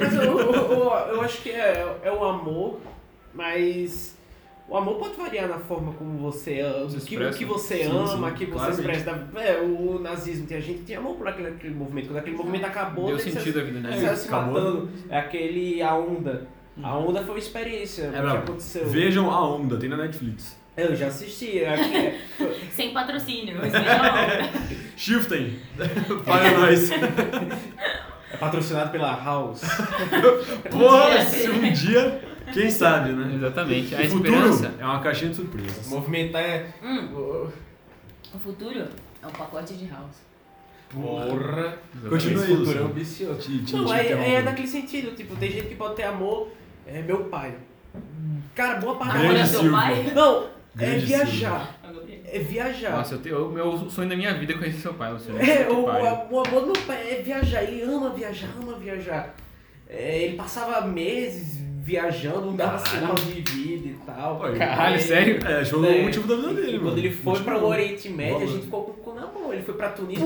Speaker 4: Mas eu, eu, eu- eu acho que é, é o amor, mas o amor pode variar na forma como você ama,
Speaker 1: Se
Speaker 4: o que,
Speaker 1: expressa.
Speaker 4: o que você
Speaker 3: Sim,
Speaker 4: ama,
Speaker 3: sim,
Speaker 4: o que você
Speaker 3: claramente.
Speaker 4: expressa. É, o nazismo, tem a gente que tem amor por aquele, aquele movimento. Quando aquele movimento acabou,
Speaker 1: Deu
Speaker 4: tem que
Speaker 1: sentido à vida,
Speaker 4: se,
Speaker 1: né?
Speaker 4: se, se
Speaker 3: Acabou.
Speaker 4: matando. É aquele a onda. A
Speaker 3: Uhum.
Speaker 4: onda foi uma experiência, o que
Speaker 3: brabo.
Speaker 4: aconteceu.
Speaker 3: Vejam a onda, tem na Netflix.
Speaker 4: Eu já assisti. é que-
Speaker 2: Sem patrocínio. mas não.
Speaker 3: Shifting! Para nós!
Speaker 4: É patrocinado pela House.
Speaker 3: Porra, se um dia, quem sabe, né?
Speaker 1: Exatamente. A
Speaker 3: O futuro
Speaker 1: esperança.
Speaker 3: é uma caixinha de
Speaker 4: O
Speaker 3: surpresas.
Speaker 4: movimento é.
Speaker 2: Hum, o futuro é um pacote de house.
Speaker 4: Porra.
Speaker 3: Continua
Speaker 4: Esse
Speaker 3: aí,
Speaker 4: futuro é
Speaker 3: Luciano.
Speaker 4: ambicioso.
Speaker 3: Te- te-
Speaker 4: Não,
Speaker 3: te
Speaker 4: aí,
Speaker 3: interrompo.
Speaker 4: aí é naquele sentido, tipo, tem gente que pode ter amor, é meu pai. Cara, boa parte
Speaker 2: Amor é
Speaker 3: Grande
Speaker 2: seu
Speaker 3: Silva.
Speaker 2: pai?
Speaker 4: Não, é
Speaker 3: Grande
Speaker 4: viajar.
Speaker 2: Ah, Gabriel.
Speaker 4: É viajar.
Speaker 1: Nossa, eu tenho, o meu sonho da minha vida é conhecer seu pai, Luciano.
Speaker 4: é,
Speaker 1: Que
Speaker 4: o,
Speaker 1: pai.
Speaker 4: a- o amor do meu pai é viajar, ele ama viajar, ama viajar. É, ele passava meses viajando, mudava sinal de vida e tal.
Speaker 3: Pô, aí-
Speaker 1: Caralho, sério?
Speaker 3: É, achou o
Speaker 4: É.
Speaker 3: motivo da vida
Speaker 4: E
Speaker 3: dele, mano.
Speaker 4: Quando ele foi
Speaker 3: Motivo
Speaker 4: para o
Speaker 3: bom.
Speaker 4: Oriente Médio,
Speaker 3: Boa.
Speaker 4: a gente ficou com o cu na mão. Ele foi pra Tunísia.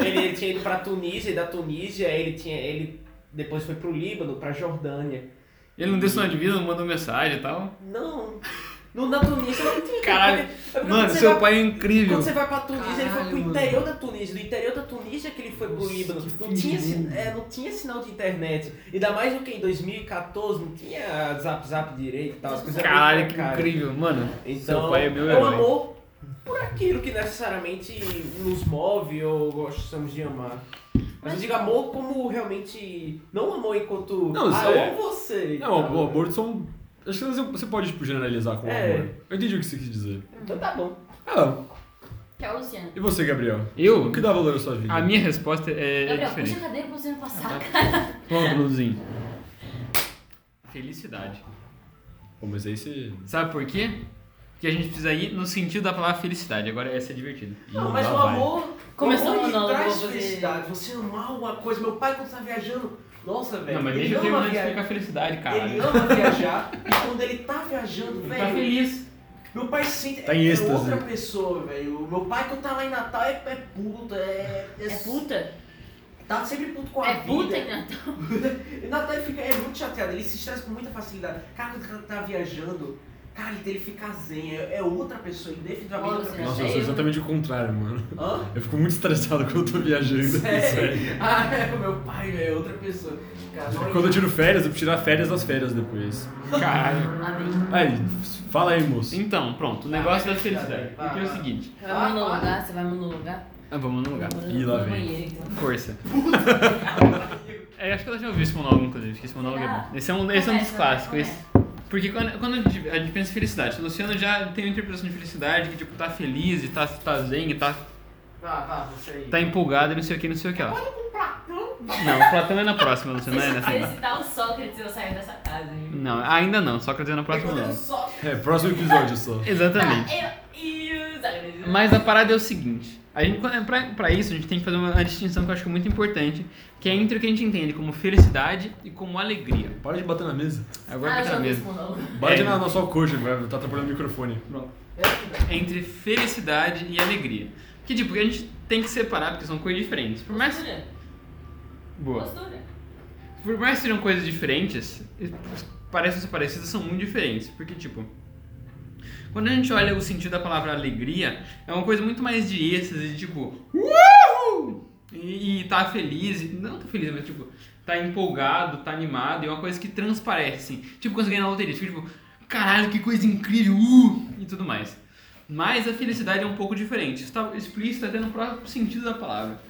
Speaker 4: Ele, ele tinha ido pra Tunísia, e da Tunísia ele tinha. ele depois foi pro Líbano, pra Jordânia.
Speaker 1: Ele não deu sinal de vida, não mandou mensagem e tal.
Speaker 4: Não. No, na Tunísia não tinha.
Speaker 1: Caralho.
Speaker 4: É porque quando
Speaker 1: Mano,
Speaker 4: você
Speaker 1: seu
Speaker 4: vai-
Speaker 1: pai é incrível.
Speaker 4: Quando você vai pra Tunísia, ele foi pro
Speaker 1: Caralho,
Speaker 4: interior da Tunísia. Do interior da Tunísia que ele foi pro
Speaker 3: Nossa,
Speaker 4: Líbano.
Speaker 3: que
Speaker 4: Não tinha,
Speaker 3: perigo.
Speaker 4: sin- é, não tinha sinal de internet. Ainda mais do que em 2014, não tinha zap zap direito e tal. as coisas eram
Speaker 1: Caralho,
Speaker 4: muito
Speaker 1: que
Speaker 4: caras.
Speaker 1: incrível. Mano,
Speaker 4: Então,
Speaker 1: seu pai é meu
Speaker 4: é um
Speaker 1: herói.
Speaker 4: amor por aquilo que necessariamente nos move ou gostamos de amar. Mas eu digo amor como realmente. Não amor enquanto.
Speaker 3: Não,
Speaker 4: ah,
Speaker 3: isso
Speaker 4: eu
Speaker 3: é-
Speaker 4: amo você. então.
Speaker 3: Não, o aborto são. Acho que você- você pode tipo, generalizar com o
Speaker 4: É.
Speaker 3: amor. Eu entendi o que você quis dizer.
Speaker 4: Então tá bom.
Speaker 3: Ah,
Speaker 2: Que é o Luciano.
Speaker 3: e você, Gabriel?
Speaker 1: Eu?
Speaker 3: O que dá valor à sua vida?
Speaker 1: A minha resposta é, é
Speaker 2: Gabriel, puxa a
Speaker 1: diferente.
Speaker 2: cadeira pra você não passar.
Speaker 1: Pronto, Luzinho. Felicidade.
Speaker 3: Pô, mas aí você.
Speaker 1: Sabe por quê? Porque a gente precisa ir no sentido da palavra felicidade. Agora essa é divertida.
Speaker 4: Não,
Speaker 3: Ih,
Speaker 4: mas
Speaker 3: lá
Speaker 4: o
Speaker 3: vai.
Speaker 4: amor.
Speaker 2: Começou
Speaker 4: o amor
Speaker 2: o
Speaker 4: te
Speaker 2: monólogo,
Speaker 4: traz
Speaker 2: vou fazer-
Speaker 4: felicidade. Você amar uma coisa. Meu pai, quando tá viajando. Nossa, velho.
Speaker 1: Não, mas
Speaker 4: ele
Speaker 1: deixa eu
Speaker 4: ama
Speaker 1: terminar de
Speaker 4: viajar.
Speaker 1: explicar a felicidade,
Speaker 4: Ele
Speaker 1: cara.
Speaker 4: ama viajar. E quando ele tá viajando,
Speaker 1: Ele
Speaker 4: velho.
Speaker 1: tá feliz.
Speaker 4: Meu pai sente.
Speaker 3: Tá em
Speaker 4: é
Speaker 3: êxtase.
Speaker 4: outra pessoa, velho. O Meu pai, quando tá lá em Natal, é, é puto. É, é,
Speaker 2: É puta?
Speaker 4: Tá sempre puto com a
Speaker 2: É
Speaker 4: vida.
Speaker 2: puta, Ignato?
Speaker 4: E Natal ele fica é muito chateado, ele se estressa com muita facilidade. Cara, quando ele tá viajando, cara, ele- ele fica zen, é, é outra pessoa, ele definitivamente é outra
Speaker 2: Olha,
Speaker 4: pessoa.
Speaker 3: Nossa, eu sou exatamente o contrário, mano.
Speaker 4: Hã?
Speaker 3: Eu fico muito estressado quando eu tô viajando.
Speaker 4: Sério?
Speaker 3: Sério.
Speaker 4: Ah, é, o meu pai, velho, é outra pessoa. Cara, não é
Speaker 3: Quando eu tiro férias, eu preciso tirar férias das férias depois.
Speaker 1: Caralho.
Speaker 2: Amém.
Speaker 3: Aí, fala aí, moço.
Speaker 1: Então, pronto. O
Speaker 4: Ah,
Speaker 1: negócio da felicidade.
Speaker 4: Vai,
Speaker 1: Porque é o
Speaker 4: vai.
Speaker 1: seguinte.
Speaker 2: Você vai monologar? Você vai monologar?
Speaker 1: Ah, vamos no lugar.
Speaker 2: Vou
Speaker 3: Ih, lá
Speaker 2: no
Speaker 3: vem.
Speaker 2: banheiro, então.
Speaker 1: Força. É, acho que ela já ouviu esse monólogo, inclusive, que esse monólogo é bom. Esse é um, esse é um dos
Speaker 2: Começa,
Speaker 1: clássicos.
Speaker 2: começa.
Speaker 1: esse- Porque quando, quando a gente a gente pensa em felicidade, o Luciano já tem uma interpretação de felicidade que, tipo, tá feliz e tá, tá zen e tá,
Speaker 4: Vá, vá, você aí. É
Speaker 1: tá empolgado e não sei o que, não sei o que lá. Não, o Platão é na próxima, Luciano, não é
Speaker 2: Se
Speaker 1: nessa.
Speaker 2: você citar o Sócrates, eu saio dessa casa, hein?
Speaker 1: Não, ainda não, só quer dizer na
Speaker 4: É
Speaker 1: próxima
Speaker 4: quando eu
Speaker 1: não.
Speaker 4: só-
Speaker 3: É, próximo episódio só.
Speaker 1: Exatamente.
Speaker 2: Tá, eu e os alienígenas.
Speaker 1: Mas a parada é o seguinte. A gente, pra, pra isso, a gente tem que fazer uma distinção que eu acho muito importante, que é entre o que a gente entende como felicidade e como alegria.
Speaker 3: Para de bater na mesa.
Speaker 1: Agora
Speaker 2: ah,
Speaker 1: vai estar
Speaker 2: já
Speaker 1: mesmo.
Speaker 3: Bate
Speaker 1: É.
Speaker 3: na, na sua coxa, vai- tá atrapalhando o microfone. Pronto.
Speaker 1: Entre felicidade e alegria. Que tipo, a gente tem que separar porque são coisas diferentes. Por mais.
Speaker 2: Postura.
Speaker 1: Boa.
Speaker 2: Postura.
Speaker 1: Por mais que sejam coisas diferentes, parecem ser parecidas, são muito diferentes. Porque, tipo, quando a gente olha o sentido da palavra alegria, é uma coisa muito mais de êxtase, de tipo, uhul! E, e tá feliz, e- não tá feliz, mas tipo, tá empolgado, tá animado, e é uma coisa que transparece, assim. Tipo, quando você ganha na loteria, você fica tipo, caralho, que coisa incrível, uh! e tudo mais. Mas a felicidade é um pouco diferente, isso tá explícito até no próprio sentido da palavra.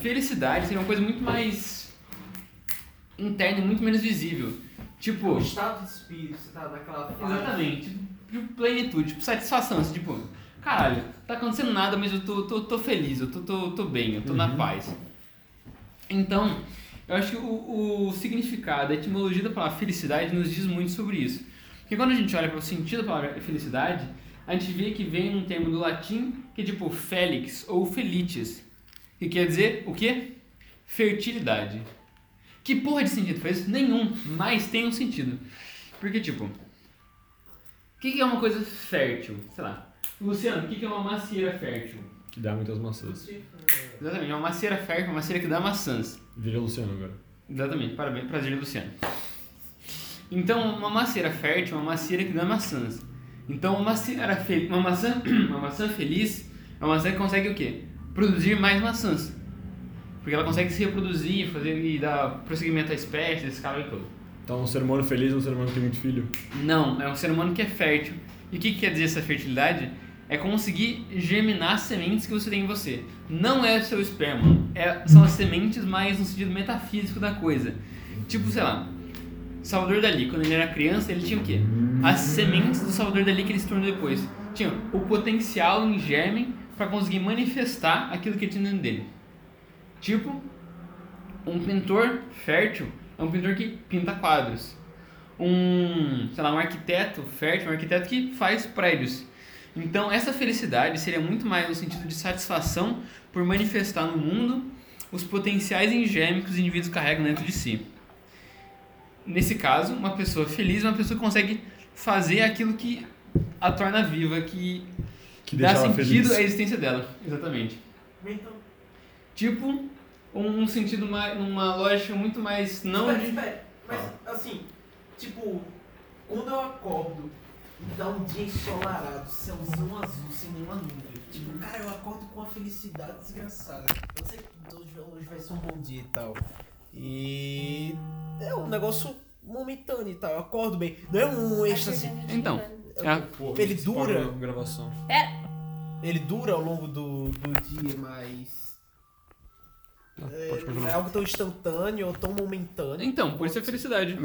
Speaker 1: Felicidade seria uma coisa muito mais interna e muito menos visível. Tipo,
Speaker 4: O um estado de espírito, você tá naquela fase.
Speaker 1: Exatamente. Tipo, plenitude, tipo, satisfação. assim, tipo, caralho, tá acontecendo nada, mas eu tô, tô, tô feliz, eu tô, tô, tô bem, eu tô na paz. Então, eu acho que o, o significado, a etimologia da palavra felicidade nos diz muito sobre isso. Porque quando a gente olha para o sentido da palavra felicidade, a gente vê que vem um termo do latim que é tipo felix ou felicis, que quer dizer o quê? Fertilidade. Que porra de sentido faz isso? Nenhum, mas tem um sentido. Porque, tipo, o que, que é uma coisa fértil? Sei lá. Luciano, o que, que é uma macieira fértil?
Speaker 3: Que dá muitas maçãs.
Speaker 1: Exatamente, é uma macieira fértil, uma macieira que dá maçãs.
Speaker 3: Vira Luciano agora.
Speaker 1: Exatamente, parabéns, prazer, Luciano. Então, uma macieira fértil é uma macieira que dá maçãs. Então, uma, macieira fe- uma, maçã, uma maçã feliz é uma maçã que consegue o quê? Produzir mais maçãs. Porque ela consegue se reproduzir, fazer e dar prosseguimento à espécie, desse cara e todo.
Speaker 3: Então, um ser humano feliz é um ser humano que tem muito filho.
Speaker 1: Não, é um ser humano que é fértil. E o que, que quer dizer essa fertilidade? É conseguir germinar as sementes que você tem em você. Não é o seu esperma, é- são as sementes mais no sentido metafísico da coisa. Tipo, sei lá, Salvador Dali, quando ele era criança, ele tinha o quê? As sementes do Salvador Dali que ele se tornou depois. Tinha o potencial em germe para conseguir manifestar aquilo que ele tinha dentro dele. Tipo, um pintor fértil é um pintor que pinta quadros. Um, sei lá, um arquiteto fértil, um arquiteto que faz prédios. Então, essa felicidade seria muito mais no sentido de satisfação por manifestar no mundo os potenciais engêmicos que os indivíduos carregam dentro de si. Nesse caso, uma pessoa feliz é uma pessoa que consegue fazer aquilo que a torna viva, que,
Speaker 3: Que
Speaker 1: dá
Speaker 3: deixa ela
Speaker 1: sentido
Speaker 3: feliz.
Speaker 1: à existência dela. Exatamente.
Speaker 4: Então,
Speaker 1: Tipo, um, um sentido, mais, uma lógica muito mais não
Speaker 4: espera,
Speaker 1: de...
Speaker 4: espera. Mas assim, tipo, quando eu acordo e dá um dia ensolarado, céuzão azul, sem nenhuma nuvem. Tipo, cara, eu acordo com uma felicidade desgraçada. Eu sei que hoje, hoje vai ser um bom dia e tal. E é um negócio momentâneo e tal. Eu acordo bem. Não é um êxtase.
Speaker 1: Então. Ah,
Speaker 3: Pô,
Speaker 4: Ele
Speaker 3: isso
Speaker 4: dura?
Speaker 3: parou a Gravação.
Speaker 4: Ele dura ao longo do, do dia, mas.
Speaker 3: Ah,
Speaker 4: É,
Speaker 3: Pode
Speaker 4: não é
Speaker 3: continuar.
Speaker 4: algo tão instantâneo ou tão momentâneo.
Speaker 1: Então, por isso é felicidade.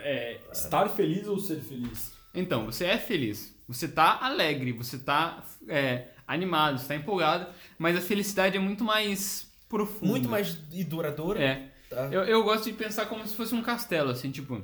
Speaker 3: É, estar feliz ou ser feliz?
Speaker 1: Então, você é feliz, você tá alegre, você tá é, animado, você tá empolgado, mas a felicidade é muito mais profunda.
Speaker 4: Muito mais e duradouro.
Speaker 1: É.
Speaker 4: Tá.
Speaker 1: Eu, eu gosto de pensar como se fosse um castelo, assim, tipo.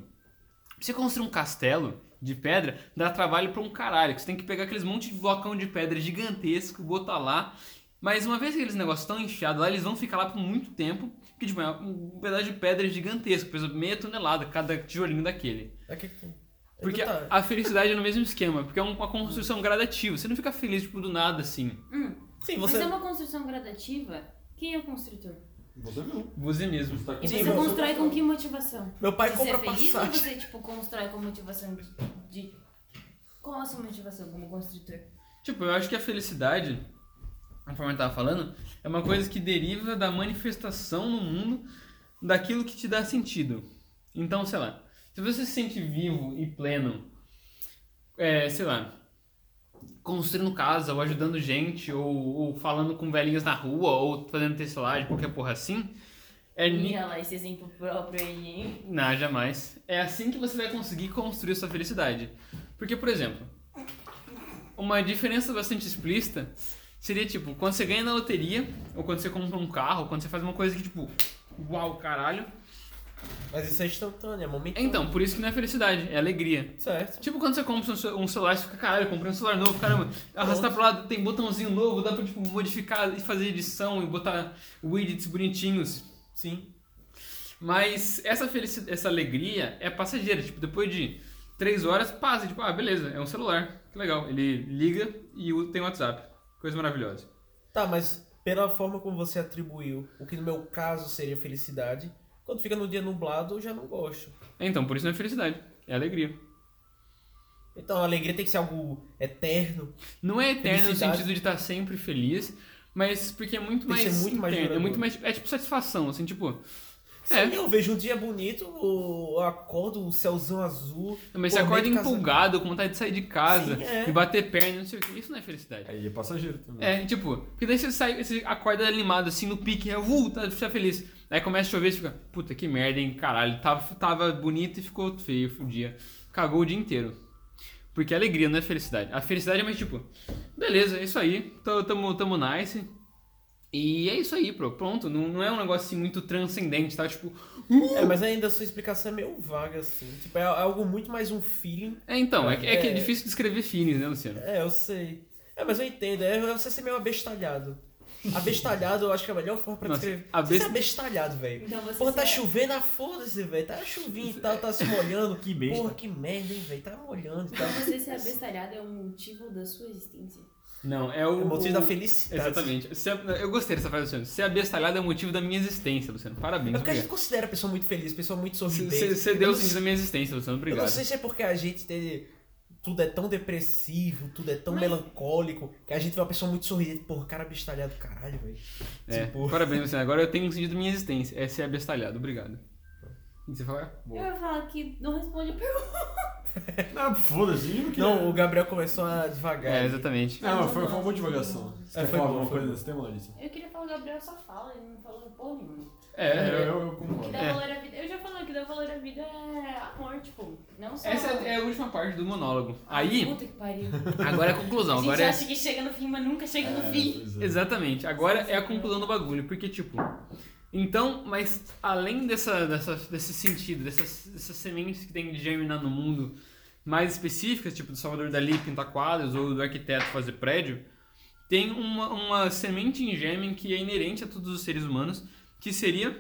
Speaker 1: Você construir um castelo de pedra dá trabalho pra um caralho. que Você tem que pegar aqueles monte de blocão de pedra gigantesco, botar lá. Mas uma vez que aqueles negócios estão enfiados lá, eles vão ficar lá por muito tempo. Que, tipo, é um pedaço de pedra gigantesco, pesa meia tonelada cada tijolinho daquele.
Speaker 4: Aqui É que tem.
Speaker 1: Porque
Speaker 4: Então tá.
Speaker 1: a felicidade é no mesmo esquema, porque é uma construção gradativa. Você não fica feliz, tipo, do nada, assim.
Speaker 2: Hum,
Speaker 4: Sim,
Speaker 2: mas
Speaker 4: você.
Speaker 2: é uma construção gradativa? Quem é o construtor?
Speaker 3: Você tá não.
Speaker 1: Você mesmo.
Speaker 2: E
Speaker 4: Sim,
Speaker 2: você
Speaker 4: mas-
Speaker 2: constrói com que motivação?
Speaker 4: Meu pai
Speaker 2: você é
Speaker 4: compra
Speaker 2: feliz ou
Speaker 4: passagem.
Speaker 2: você, tipo, constrói com motivação de... de- Qual a sua motivação como construtor?
Speaker 1: Tipo, eu acho que a felicidade, conforme eu tava falando, é uma coisa que deriva da manifestação no mundo daquilo que te dá sentido. Então, sei lá, se você se sente vivo e pleno, é, sei lá, construindo casa, ou ajudando gente, ou, ou falando com velhinhos na rua, ou fazendo tecelagem, qualquer porra assim, é, ni-
Speaker 2: E olha lá, esse exemplo próprio aí, hein?
Speaker 1: Não, jamais. É assim que você vai conseguir construir sua felicidade. Porque, por exemplo, uma diferença bastante explícita seria tipo, quando você ganha na loteria, ou quando você compra um carro, ou quando você faz uma coisa que tipo, uau, caralho,
Speaker 4: Mas isso é instantâneo, é momentâneo.
Speaker 1: Então, por isso que não é felicidade, é alegria.
Speaker 4: Certo.
Speaker 1: Tipo quando você compra um ce- um celular, você fica, caralho, eu comprei um celular novo, caramba. Arrastar pro lado, tem botãozinho novo, dá pra tipo, modificar e fazer edição e botar widgets bonitinhos.
Speaker 4: Sim.
Speaker 1: Mas essa felicidade, essa alegria é passageira. Tipo, depois de três horas, passa. Tipo, ah, beleza, é um celular. Que legal. Ele liga e u- tem WhatsApp. Coisa maravilhosa.
Speaker 4: Tá, mas pela forma como você atribuiu o que no meu caso seria felicidade, quando fica no dia nublado eu já não gosto.
Speaker 1: Então, por isso não é felicidade. É alegria.
Speaker 4: Então a alegria tem que ser algo eterno.
Speaker 1: Não é eterno no
Speaker 4: Felicidade.
Speaker 1: sentido de estar sempre feliz, mas porque é muito
Speaker 4: Tem que
Speaker 1: mais.
Speaker 4: ser muito mais
Speaker 1: interno, é
Speaker 4: duradouro.
Speaker 1: muito mais. É tipo satisfação, assim, tipo.
Speaker 4: Se
Speaker 1: É,
Speaker 4: eu vejo um dia bonito, eu acordo, o céuzão azul.
Speaker 1: mas você
Speaker 4: pô,
Speaker 1: acorda
Speaker 4: meio de casa-
Speaker 1: empolgado, com vontade de sair de casa
Speaker 4: Sim, é.
Speaker 1: e bater perna, não sei o que. Isso não é felicidade.
Speaker 3: Aí é passageiro também.
Speaker 1: É, tipo, porque daí você sai, você acorda animado assim no pique, é, uh, tá, você é feliz. Aí começa a chover, você fica, puta que merda, hein, caralho. Tava, tava bonito e ficou feio o dia. Cagou o dia inteiro. Porque é alegria não é felicidade. A felicidade é mais tipo, beleza, é isso aí, tô- tamo, tamo nice. E é isso aí, pro- pronto. Não, não é um negócio assim muito transcendente, tá? Tipo,
Speaker 4: É, mas ainda a sua explicação é meio vaga, assim. Tipo, é algo muito mais um feeling.
Speaker 1: é então, é, que- é que é
Speaker 4: É.
Speaker 1: difícil descrever feelings, né, Luciano?
Speaker 4: É, eu sei. É, mas eu entendo. É você ser meio abestalhado. Abestalhado eu acho que é a melhor forma pra
Speaker 1: Nossa,
Speaker 4: descrever.
Speaker 1: abes-
Speaker 4: Você é abestalhado, velho.
Speaker 2: Então você
Speaker 4: Porra, tá
Speaker 2: se-
Speaker 4: chovendo, ah, foda-se, velho. Tá chovinho e tal, tá se molhando.
Speaker 3: Que besta.
Speaker 4: Porra, que merda, hein, velho. Tá molhando e tal.
Speaker 2: Então você ser abestalhado é um motivo da sua existência.
Speaker 1: Não, é
Speaker 4: É
Speaker 1: o.
Speaker 4: o motivo da felicidade.
Speaker 1: Exatamente. Se- eu gostei dessa frase, Luciano. Ser abestalhado é o motivo da minha existência, Luciano. Parabéns.
Speaker 4: É porque a
Speaker 1: obrigado.
Speaker 4: gente considera a pessoa muito feliz, a pessoa muito sorridente.
Speaker 1: Você
Speaker 4: Eu
Speaker 1: deu o
Speaker 4: não
Speaker 1: sentido da minha existência, Luciano.
Speaker 4: Eu
Speaker 1: Obrigado.
Speaker 4: não sei se é porque a gente tem. Tudo é tão depressivo, tudo é tão
Speaker 2: Mas-
Speaker 4: melancólico, que a gente vê uma pessoa muito sorridente, porra, cara bestalhado, caralho, velho.
Speaker 1: É,
Speaker 4: Tipo-
Speaker 1: Parabéns, Luciano. Agora eu tenho um sentido da minha existência. É ser abestalhado. Obrigado. O que você falar?
Speaker 2: Eu ia falar que não responde a
Speaker 3: Ah, foda-se. eu queria-
Speaker 4: Não, o Gabriel começou a devagar.
Speaker 1: É, exatamente.
Speaker 3: é? Não, foi, foi uma boa É, divagação. Você
Speaker 4: É,
Speaker 3: quer
Speaker 4: foi
Speaker 3: falar
Speaker 4: bom,
Speaker 3: alguma
Speaker 4: foi
Speaker 3: coisa
Speaker 4: bom.
Speaker 3: nesse tema, Larissa?
Speaker 2: Eu queria falar o Gabriel só fala, ele não falou porra nenhuma.
Speaker 1: É,
Speaker 3: Eu,
Speaker 1: é,
Speaker 3: eu, eu
Speaker 2: O que
Speaker 3: concordo.
Speaker 2: dá
Speaker 1: É.
Speaker 2: valor à vida. Eu já falei, o que dá valor à vida é amor, tipo, não só.
Speaker 1: Essa é a última parte do monólogo. Aí,
Speaker 2: Puta que pariu.
Speaker 1: agora é a conclusão.
Speaker 2: a gente
Speaker 1: Agora é...
Speaker 2: acha que chega no fim, mas nunca chega no fim.
Speaker 3: pois é.
Speaker 1: Exatamente. Agora é a conclusão do bagulho. Porque, tipo... Então, mas além dessa, dessa, desse sentido, dessas, dessas sementes que tem de germinar no mundo mais específicas, tipo do Salvador Dali pintar quadros ou do arquiteto fazer prédio, tem uma, uma semente em germe que é inerente a todos os seres humanos, que seria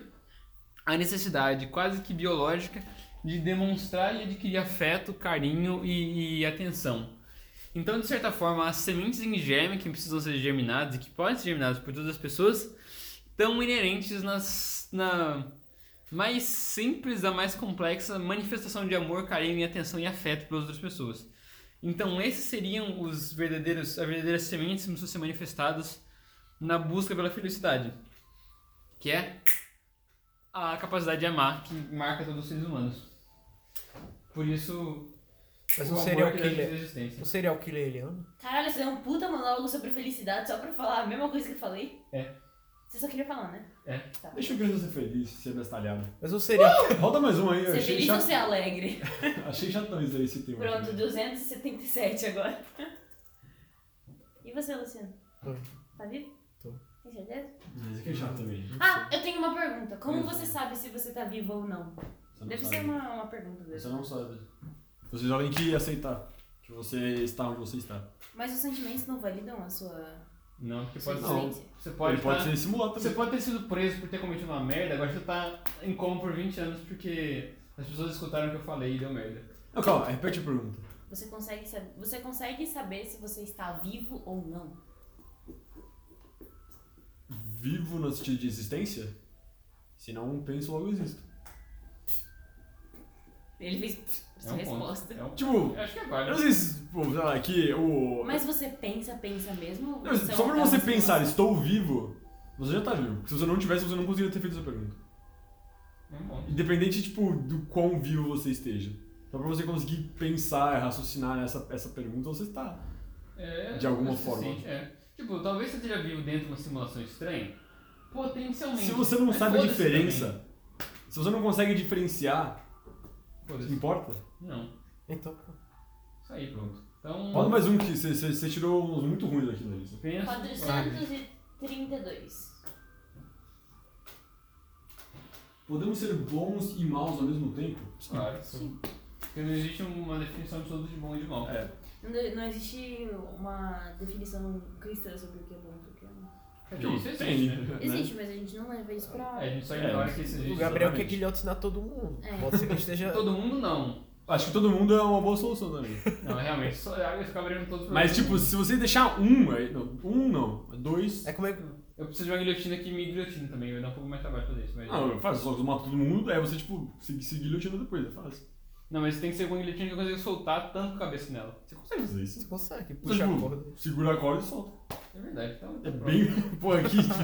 Speaker 1: a necessidade quase que biológica de demonstrar e adquirir afeto, carinho e, e atenção. Então, de certa forma, as sementes em germe que precisam ser germinadas e que podem ser germinadas por todas as pessoas estão inerentes nas, na mais simples, a mais complexa manifestação de amor, carinho e atenção e afeto pelas outras pessoas. Então, esses seriam os verdadeiros, as verdadeiras sementes que precisam ser manifestadas na busca pela felicidade, que é a capacidade de amar que marca todos os seres humanos. Por isso,
Speaker 4: Mas
Speaker 1: o
Speaker 5: um
Speaker 4: não
Speaker 1: amor é
Speaker 4: seria o
Speaker 1: que deve ter
Speaker 4: killer.
Speaker 1: existência.
Speaker 4: Não seria o killer Eliano?
Speaker 2: Caralho, você é um puta monólogo sobre felicidade só pra falar a mesma coisa que eu falei?
Speaker 1: É.
Speaker 2: Você só queria falar, né?
Speaker 1: É.
Speaker 2: Tá.
Speaker 3: Deixa o criança ser feliz, ser bestalhado.
Speaker 4: Mas
Speaker 5: um
Speaker 4: não seria.
Speaker 1: Uh!
Speaker 3: Roda mais um aí, eu
Speaker 2: Ser
Speaker 3: achei
Speaker 2: é feliz ou
Speaker 3: chato.
Speaker 2: ser alegre?
Speaker 3: Achei chatão isso aí, esse tema.
Speaker 2: Pronto, 277 agora. E você, Luciano?
Speaker 4: Tô.
Speaker 2: Tá vivo?
Speaker 4: Tô.
Speaker 2: Tem certeza?
Speaker 3: Mas aqui é chato também.
Speaker 2: Ah, eu tenho uma pergunta. Como
Speaker 3: Hum.
Speaker 2: você sabe se você tá vivo ou não?
Speaker 3: Você não
Speaker 2: Deve
Speaker 3: sabe.
Speaker 2: ser uma, uma pergunta
Speaker 3: Você
Speaker 2: dessa.
Speaker 3: não sabe. Você já tem que aceitar que você está onde você está.
Speaker 2: Mas os sentimentos não validam a sua
Speaker 1: Não, porque
Speaker 2: sua
Speaker 1: pode
Speaker 3: Não.
Speaker 1: ser.
Speaker 2: existência?
Speaker 1: Você pode,
Speaker 3: Ele pode
Speaker 1: tá-
Speaker 3: ser simulado
Speaker 1: Você
Speaker 3: também.
Speaker 1: pode ter sido preso por ter cometido uma merda, agora você tá em coma por 20 anos porque as pessoas escutaram o que eu falei e deu merda. É
Speaker 3: Não, calma, repete a pergunta.
Speaker 2: Você consegue, sab- você consegue saber se você está vivo ou não?
Speaker 3: Vivo no sentido de existência? Se não penso, logo existo.
Speaker 2: Ele fez pff,
Speaker 1: É
Speaker 2: essa
Speaker 1: um
Speaker 2: resposta.
Speaker 1: ponto. É um...
Speaker 3: Tipo,
Speaker 1: Eu Acho que é
Speaker 3: eu não
Speaker 1: válido.
Speaker 3: sei se, pô, sei lá, que o...
Speaker 2: Mas você pensa, pensa mesmo? ou
Speaker 3: Não,
Speaker 2: você
Speaker 3: só
Speaker 2: é
Speaker 3: pra
Speaker 2: uma
Speaker 3: você
Speaker 2: pessoa-
Speaker 3: pensar, estou vivo, você já tá vivo. Porque se você não tivesse, você não conseguiria ter feito essa pergunta.
Speaker 1: É um ponto.
Speaker 3: Independente, tipo, do quão vivo você esteja. Só pra você conseguir pensar, raciocinar nessa essa pergunta, você tá. está.
Speaker 1: É,
Speaker 3: De alguma
Speaker 1: é suficiente,
Speaker 3: forma.
Speaker 1: É. Tipo, talvez você esteja vivo dentro de uma simulação estranha. Potencialmente.
Speaker 3: Se você não
Speaker 1: Mas
Speaker 3: sabe a
Speaker 1: foda-se
Speaker 3: diferença, se você não consegue diferenciar,
Speaker 1: também. Foda-se.
Speaker 3: importa?
Speaker 1: Não.
Speaker 4: Então, pô.
Speaker 1: Isso aí, pronto. Então.
Speaker 3: Roda mais um que você- você você tirou uns muito ruins aqui, Larissa.
Speaker 1: Pensa.
Speaker 2: 432.
Speaker 3: Podemos ser bons e maus ao mesmo tempo?
Speaker 1: Claro. Porque não existe uma definição absoluta de bom e de mal.
Speaker 3: É.
Speaker 2: Não, não existe uma definição cristã sobre o que é bom e o que é mal.
Speaker 1: Não, isso existe, né?
Speaker 2: Existe, mas a gente não leva isso pra.
Speaker 1: É, a gente só
Speaker 3: É,
Speaker 1: ignora que isso existe.
Speaker 5: O Gabriel quer
Speaker 1: exatamente.
Speaker 5: guilhotinar todo mundo.
Speaker 2: É.
Speaker 5: Pode ser que esteja.
Speaker 1: Todo mundo não.
Speaker 3: Acho que todo mundo é uma boa solução também.
Speaker 1: Não, realmente, só eu ficava abrindo todos os
Speaker 3: Mas, tipo,
Speaker 1: problemas.
Speaker 3: se você deixar um aí. Não, um não, dois.
Speaker 5: É como é que.
Speaker 1: Eu preciso de uma guilhotina que me guilhotina também, vai dar um pouco mais de trabalho fazer isso. Mas...
Speaker 3: Não, faz só que mata todo mundo, aí você, tipo, se, se guilhotina depois, é fácil.
Speaker 1: Não, mas tem que ser uma guilhotina que eu consiga soltar tanto com a cabeça nela.
Speaker 3: Você consegue fazer isso?
Speaker 5: Você consegue
Speaker 3: Você,
Speaker 5: puxar a corda.
Speaker 3: tipo, segura a corda e solta.
Speaker 1: É verdade, então.
Speaker 3: É
Speaker 1: tá pronto.
Speaker 3: bem. Pô, aqui. tipo,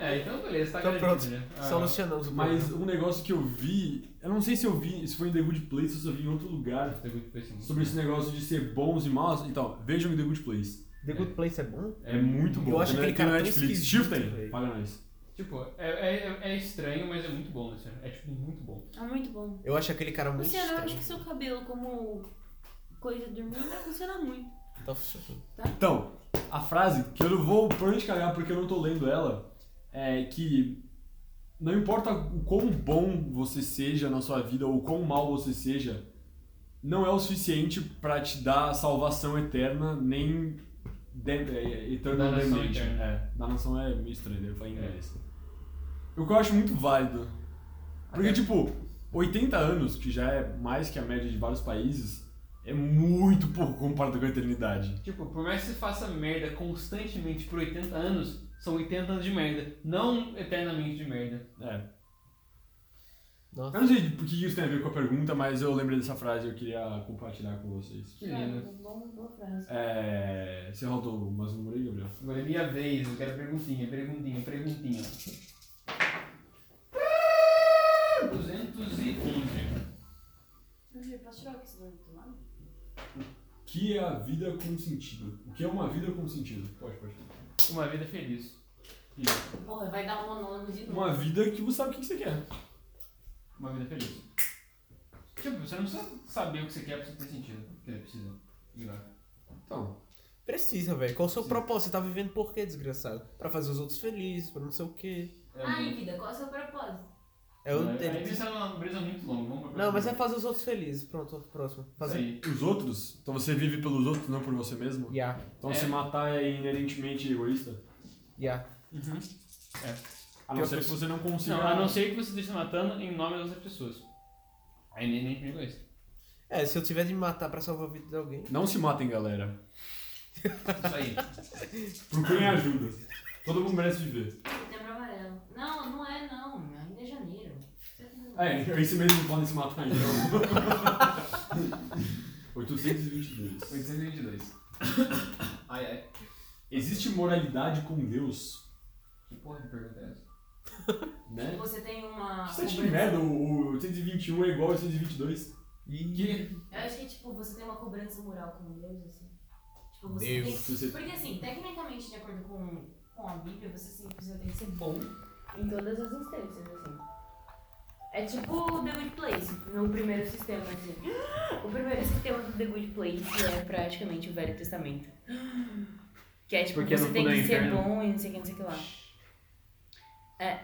Speaker 1: É, então beleza, tá
Speaker 5: Tá pronto.
Speaker 1: garantido, né? Ah,
Speaker 5: Solucionamos o
Speaker 3: Mas
Speaker 5: problema.
Speaker 3: um negócio que eu vi. Eu não sei se eu vi, se foi em The Good Place ou se eu vi em outro lugar.
Speaker 1: tá muito pessimismo.
Speaker 3: Sobre esse negócio de ser bons e maus. Então, vejam The Good Place.
Speaker 5: The Good Place é bom?
Speaker 3: É muito bom.
Speaker 5: Eu acho
Speaker 3: Tem na-
Speaker 5: aquele
Speaker 3: tem na
Speaker 5: cara tão
Speaker 3: Netflix.
Speaker 5: esquisito,
Speaker 3: Chifre tem.
Speaker 5: velho.
Speaker 3: Paga nós.
Speaker 1: Tipo, é, é, é estranho, mas é muito bom, Luciano. É, tipo, muito bom.
Speaker 2: É muito bom.
Speaker 5: Eu acho aquele cara muito.
Speaker 2: Luciano, eu acho que
Speaker 5: estranho.
Speaker 2: seu cabelo como coisa dormindo funciona muito.
Speaker 5: Tá funcionando.
Speaker 3: Então, a frase que eu não vou provavelmente cagar porque eu não tô lendo ela é que não importa o quão bom você seja na sua vida ou o quão mal você seja, não é o suficiente pra te dar salvação eterna nem de, é, eternal
Speaker 1: Danação
Speaker 3: damnation.
Speaker 1: eterna.
Speaker 3: É, danação é meio estranho, eu falei em inglês. O que eu acho muito válido. Porque,
Speaker 1: Até-
Speaker 3: tipo, 80 anos, que já é mais que a média de vários países, é muito pouco comparado com a eternidade.
Speaker 1: Tipo, por mais que você faça merda constantemente por 80 anos, são 80 anos de merda. Não eternamente de merda.
Speaker 3: É.
Speaker 5: Nossa.
Speaker 3: Eu não sei por que isso tem a ver com a pergunta, mas eu lembrei dessa frase e eu queria compartilhar com vocês.
Speaker 1: Que lindo.
Speaker 2: É, bom, boa frase.
Speaker 3: É. Você rodou mais um número aí, Gabriel?
Speaker 1: Agora é minha vez, eu quero perguntinha, perguntinha, perguntinha. 211.
Speaker 2: Júlio, posso tirar o que você dorme do lado?
Speaker 3: O que é a vida com sentido? O que é uma vida com sentido? Pode, pode.
Speaker 1: Uma vida feliz.
Speaker 2: Porra, vai dar um monólogo de novo.
Speaker 3: Uma vida que você sabe o que você quer.
Speaker 1: Uma vida feliz. Tipo, você não precisa saber o que você quer pra você ter sentido. Quer dizer, precisa. Ignora.
Speaker 3: Então.
Speaker 5: Precisa, velho. Qual o seu propósito? Você tá vivendo por quê, desgraçado? Pra fazer os outros felizes, pra não sei o quê.
Speaker 1: É
Speaker 2: Ai,
Speaker 1: muito-
Speaker 2: vida, qual é o seu propósito?
Speaker 5: É o.
Speaker 1: Aí
Speaker 5: ele-
Speaker 1: isso é uma brisa muito longa. Vamos pra
Speaker 5: Não, mas é
Speaker 1: próxima.
Speaker 5: fazer os outros felizes. Pronto, próximo. Fazer.
Speaker 1: Isso aí.
Speaker 3: Os outros? Então você vive pelos outros, não por você mesmo?
Speaker 5: Ya,
Speaker 3: Então
Speaker 1: É.
Speaker 3: se matar é inerentemente egoísta?
Speaker 5: ya.
Speaker 3: A não
Speaker 5: Eu
Speaker 3: ser que
Speaker 5: preciso-
Speaker 3: você não consiga.
Speaker 1: Não, a não ser que você esteja matando em nome das outras pessoas. Aí nem, nem comigo é isso.
Speaker 5: É, se eu tiver de me matar pra salvar a vida de alguém.
Speaker 3: Não se matem, galera.
Speaker 1: Isso aí.
Speaker 3: Procurem ajuda. Todo mundo merece viver.
Speaker 2: Setembro amarelo. Não, não é não. Ainda é janeiro. Setembro amarelo.
Speaker 3: É, esse mesmo podem se matar então. 822.
Speaker 1: 822. Ai, ai.
Speaker 3: Existe moralidade com Deus?
Speaker 1: Que porra de pergunta é essa?
Speaker 3: Né?
Speaker 2: Você tem
Speaker 1: Ah,
Speaker 2: uma.
Speaker 3: Você de merda, o o 821 é igual ao 822.
Speaker 1: Que?
Speaker 2: Eu acho que tipo, você tem uma cobrança moral com Deus, assim. Tipo, você
Speaker 5: Deus,
Speaker 2: tem que-
Speaker 3: Se você-
Speaker 2: Porque assim, tecnicamente, de acordo com, com a Bíblia, você, sim, você tem que ser bom em todas as instâncias, assim. É tipo o The Good Place, no primeiro sistema, assim. O primeiro sistema do The Good Place é praticamente o Velho Testamento. Que é tipo,
Speaker 1: Porque
Speaker 2: você
Speaker 1: não
Speaker 2: tem
Speaker 1: puder
Speaker 2: que ser
Speaker 1: inferno.
Speaker 2: bom e não sei o que, não sei o que lá. É.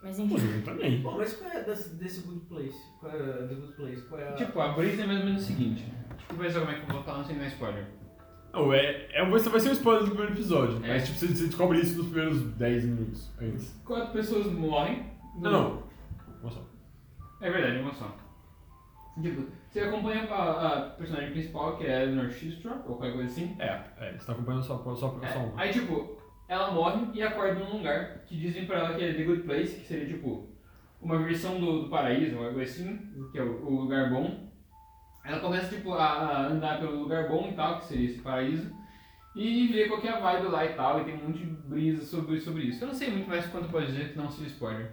Speaker 2: Mas enfim.
Speaker 3: também.
Speaker 4: Bom, mas qual é desse, desse Good Place? Qual é do Good Place? Qual é a...
Speaker 1: Tipo, a brisa é mais ou menos o seguinte. Tipo, mas como é que eu vou falar, não sei nem spoiler.
Speaker 3: Não, é, é, vai ser vai ser um spoiler do primeiro episódio,
Speaker 1: É.
Speaker 3: mas tipo, você, você descobre isso nos primeiros 10 minutos antes.
Speaker 1: Quatro pessoas morrem.
Speaker 3: Não, não. Uma só.
Speaker 1: É verdade, uma só. Tipo, você acompanha a, a personagem principal, que é a Eleanor Shistro, ou qualquer coisa assim.
Speaker 3: É, é, você tá acompanhando só, só,
Speaker 1: É,
Speaker 3: só um.
Speaker 1: Aí, tipo, ela morre e acorda num lugar que dizem pra ela que é The Good Place, que seria, tipo, uma versão do, do paraíso, ou algo assim, que é o, o lugar bom. Ela começa, tipo, a, a andar pelo lugar bom e tal, que seria esse paraíso, e vê qual que é a vibe lá e tal, e tem um monte de brisa sobre, sobre isso. Eu não sei muito mais quanto pode dizer que não seja spoiler.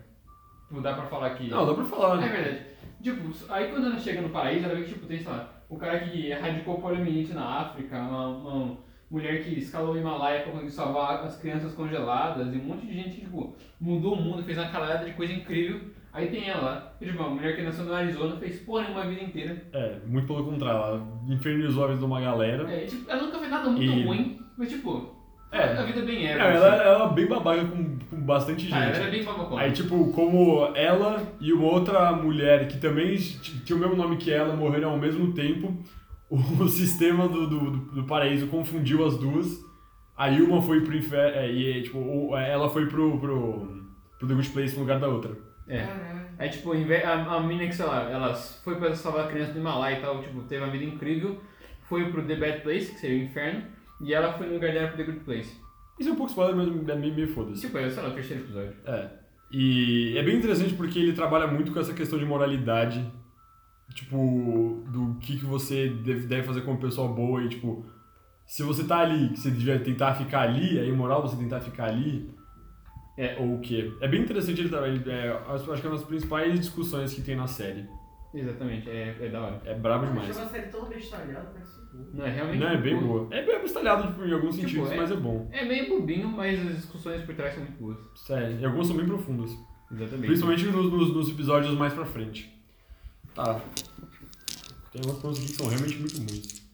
Speaker 1: Tipo, dá pra falar que...
Speaker 3: Não, dá pra falar,
Speaker 1: É
Speaker 3: né?
Speaker 1: verdade. Tipo, aí quando ela chega no paraíso, ela vê que tipo, tem, sei lá, o cara que erradicou poliomielite na África, uma, uma mulher que escalou o Himalaia pra conseguir salvar as crianças congeladas, e um monte de gente que tipo, mudou o mundo, fez uma caralhada de coisa incrível. Aí tem ela lá, e, tipo, uma mulher que nasceu no Arizona, fez porra uma vida inteira.
Speaker 3: É, muito pelo contrário, ela infernizou a vida de uma galera.
Speaker 1: É, e, tipo, ela nunca fez nada muito
Speaker 3: E-
Speaker 1: ruim, mas tipo, A vida é bem épica.
Speaker 3: ela, ela é bem babaca com, com bastante gente.
Speaker 1: Ah, ela é bem babacona.
Speaker 3: Aí, tipo, como ela e uma outra mulher que também t- tinha o mesmo nome que ela morreram ao mesmo tempo, o sistema do, do, do paraíso confundiu as duas. Aí uma foi pro inferno. É, e, tipo, ou- ela foi pro, pro, pro The Good Place no lugar da outra.
Speaker 1: É. É tipo, em vez- a, a mina que, sei lá, ela foi pra salvar a criança do Himalaia e tal, tipo, teve uma vida incrível, foi pro The Bad Place, que seria o inferno, e ela foi no lugar dela pro The Good Place.
Speaker 3: Isso é um pouco spoiler, mas é meio, meio foda-se.
Speaker 1: Tipo, é, sei lá, o terceiro episódio.
Speaker 3: É. E é bem interessante porque ele trabalha muito com essa questão de moralidade. Tipo, do que, que você deve, deve fazer como pessoa boa e, tipo, se você tá ali, que você devia tentar ficar ali, é imoral você tentar ficar ali. É, ou o quê? É bem interessante ele trabalhar. ele- É, acho acho que é uma das principais discussões que tem na série.
Speaker 1: Exatamente, é, é da hora.
Speaker 3: É brabo
Speaker 4: Achei
Speaker 3: demais.
Speaker 4: uma série tão né? bestalhada, parece boa.
Speaker 1: Não, é realmente.
Speaker 3: Não, é bem
Speaker 1: boa.
Speaker 3: boa. É bem abestalhado tipo, em alguns
Speaker 1: Tipo,
Speaker 3: sentidos,
Speaker 1: é-
Speaker 3: mas é bom.
Speaker 1: É meio bobinho, mas as discussões por trás são muito boas.
Speaker 3: Sério. E alguns são bem profundos.
Speaker 1: Exatamente.
Speaker 3: Principalmente nos, nos- nos episódios mais pra frente. Tá. Tem algumas coisas aqui que são realmente muito ruins.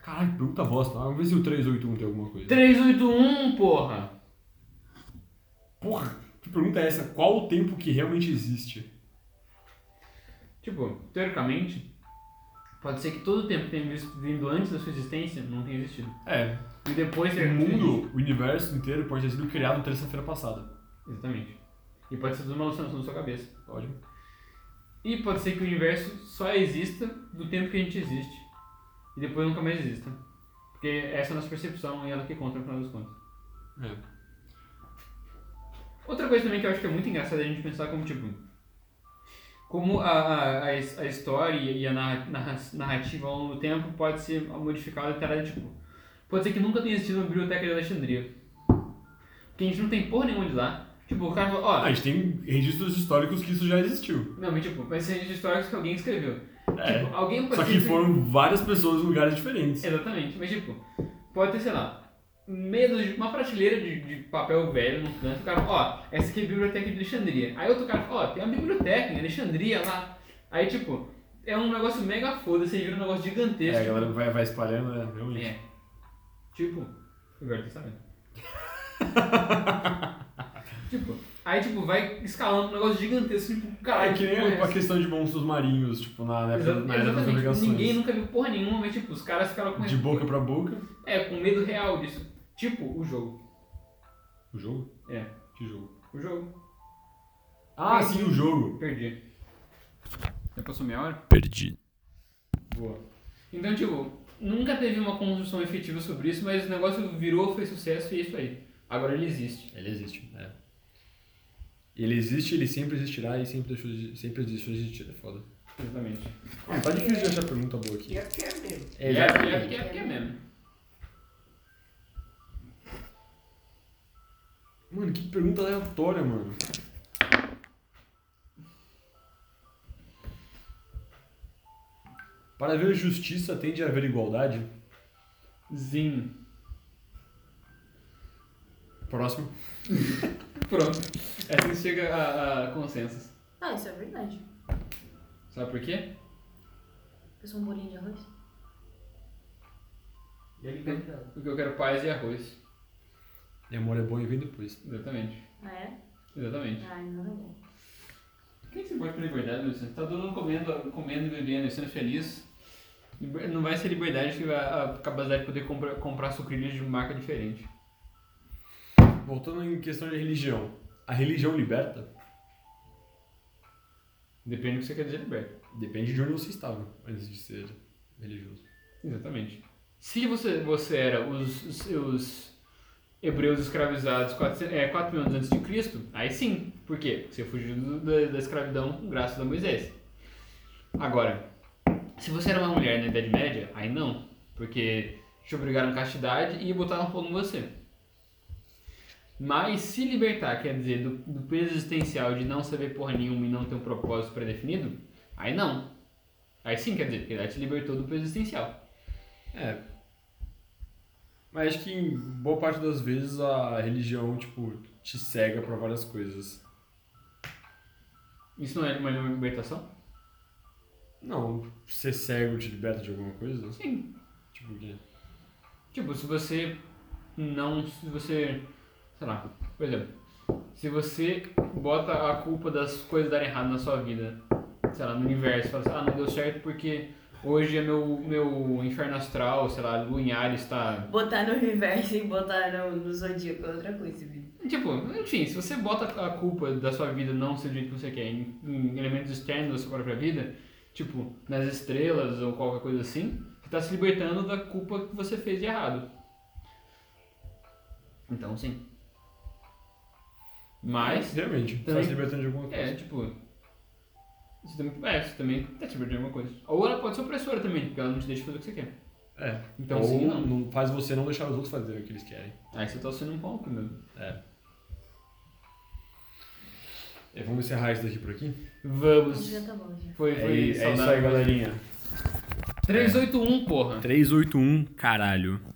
Speaker 3: Caralho, pergunta bosta. Ah, Vamos ver se o 381 tem alguma coisa.
Speaker 1: 381, porra!
Speaker 3: Porra, que pergunta é essa? Qual o tempo que realmente existe?
Speaker 1: Tipo, teoricamente, pode ser que todo o tempo que tem vis- vindo antes da sua existência não tenha existido.
Speaker 3: É,
Speaker 1: E depois
Speaker 3: o
Speaker 1: tenha
Speaker 3: mundo, o universo inteiro pode ter sido criado terça-feira passada.
Speaker 1: Exatamente. E pode ser tudo uma alucinação da sua cabeça.
Speaker 3: Ótimo.
Speaker 1: E pode ser que o universo só exista do tempo que a gente existe. E depois nunca mais exista. Porque essa é a nossa percepção e ela que conta no final das contas.
Speaker 3: É.
Speaker 1: Outra coisa também que eu acho que é muito engraçado é a gente pensar como, tipo... Como a, a, a, his- a história e a narra- narra- narrativa ao longo do tempo pode ser modificada até, ela, tipo... Pode ser que nunca tenha existido uma biblioteca de Alexandria. Porque a gente não tem porra nenhuma de lá. Tipo, o cara fala, ó...
Speaker 3: Ah, a gente tem registros históricos que isso já existiu.
Speaker 1: Não, mas tipo, vai ser de histórias que alguém escreveu.
Speaker 3: É.
Speaker 1: Tipo, alguém pode
Speaker 3: Só que
Speaker 1: ter-
Speaker 3: foram várias pessoas em lugares diferentes. É,
Speaker 1: Exatamente, mas tipo, pode ter, sei lá, medo de uma prateleira de, de papel velho no canto, o cara fala, ó, essa aqui é a biblioteca de Alexandria. Aí outro cara fala, ó, tem uma biblioteca em Alexandria lá. Aí tipo, é um negócio mega foda, você vira um negócio
Speaker 3: É, a
Speaker 1: gigantesco.
Speaker 3: galera vai, vai espalhando, né? Realmente.
Speaker 1: É. Tipo, o Velho Testamento. tipo, aí tipo, vai escalando um negócio gigantesco, tipo,
Speaker 3: Cara,
Speaker 1: caralho,
Speaker 3: é que nem
Speaker 1: porra é
Speaker 3: a-
Speaker 1: essa?
Speaker 3: a questão de monstros marinhos, tipo, na, na época,
Speaker 1: Exa-
Speaker 3: na época das
Speaker 1: Exatamente, tipo,
Speaker 3: navegações.
Speaker 1: ninguém nunca viu porra nenhuma, mas tipo, os caras ficaram com
Speaker 3: De boca pra boca.
Speaker 1: É, com medo real disso. Tipo, o jogo.
Speaker 3: O jogo?
Speaker 1: É.
Speaker 3: Que jogo?
Speaker 1: O jogo.
Speaker 3: Ah,
Speaker 1: É.
Speaker 3: sim, o jogo.
Speaker 1: Perdi. Já passou meia hora?
Speaker 3: Perdi.
Speaker 1: Boa. Então, tipo, nunca teve uma construção efetiva sobre isso, mas o negócio virou, fez sucesso e é isso aí. Agora ele existe.
Speaker 3: Ele existe, é. Ele existe, ele sempre existirá e sempre deixou de, sempre deixou de existir, é foda.
Speaker 1: Exatamente.
Speaker 3: Ah, tá difícil de achar pergunta boa aqui.
Speaker 4: E é porque é mesmo.
Speaker 1: É, é, porque é, porque é, porque é mesmo.
Speaker 3: Mano, que pergunta aleatória, mano. Para haver justiça, tende a haver igualdade?
Speaker 1: Zinho.
Speaker 3: Próximo.
Speaker 1: Pronto. É assim que chega a, a consensos.
Speaker 2: Ah, isso é verdade.
Speaker 1: Sabe por quê?
Speaker 2: Pessoa um bolinho de arroz.
Speaker 4: E ele cantando.
Speaker 1: Porque eu quero paz e arroz.
Speaker 3: E amor é bom e vem depois.
Speaker 1: Exatamente.
Speaker 2: Ah, é?
Speaker 1: Exatamente.
Speaker 2: Ai, não é bom.
Speaker 1: Quem se importa com liberdade, Luciano? Tá todo mundo comendo, comendo e bebendo e sendo feliz. Liber- Não vai ser liberdade que vai- a capacidade de poder compra, comprar sucrilhos de marca diferente.
Speaker 3: Voltando em questão de religião. A religião liberta?
Speaker 1: Depende do que você quer dizer liberta.
Speaker 3: Depende de onde você estava antes de ser religioso.
Speaker 1: Exatamente. Se você, você era os, os, os hebreus escravizados 4, é, 4 mil anos antes de Cristo, aí sim. Por quê? Você fugiu do- da, da escravidão graças a Moisés. Agora, se você era uma mulher na Idade Média, aí não. Porque te obrigaram à castidade e botaram fogo em você. Mas se libertar quer dizer do, do peso existencial de não saber porra nenhuma e não ter um propósito pré-definido, aí não. Aí sim quer dizer, porque ela te libertou do peso existencial.
Speaker 3: É. Mas acho que em boa parte das vezes a religião, tipo, te cega pra várias coisas.
Speaker 1: Isso não é uma libertação?
Speaker 3: Não, ser cego te liberta de alguma coisa?
Speaker 1: Sim.
Speaker 3: Tipo, o quê?
Speaker 1: Tipo, se você não. Se você. Sei lá. Por exemplo, se você bota a culpa das coisas darem errado na sua vida, sei lá, no universo, fala assim, ah, não deu certo porque hoje é meu, meu inferno astral, sei lá, lunhar está.
Speaker 2: Botar no reverso e botar no, no zodíaco é outra coisa, viu?
Speaker 1: Tipo, enfim, se você bota a culpa da sua vida não ser do jeito que você quer em, em elementos externos da sua própria vida, tipo, nas estrelas ou qualquer coisa assim, você tá se libertando da culpa que você fez de errado. Então, sim. Mas,
Speaker 3: Realmente,
Speaker 1: Também-
Speaker 3: tá se libertando de alguma coisa.
Speaker 1: é, tipo. Você também, é, você também tá te perdendo alguma coisa. Ou ela pode ser opressora também, porque ela não te deixa fazer o que você quer.
Speaker 3: É.
Speaker 1: Então,
Speaker 3: Ou
Speaker 1: sim, não.
Speaker 3: faz você não deixar os outros fazer o que eles querem.
Speaker 1: Aí você tá sendo um pouco mesmo.
Speaker 3: É. É, vamos encerrar isso daqui por aqui?
Speaker 1: Vamos.
Speaker 2: Já tá bom, já.
Speaker 1: Foi, foi
Speaker 3: É, é isso aí,
Speaker 1: saudável.
Speaker 3: galerinha.
Speaker 1: 381, porra.
Speaker 3: 381, caralho.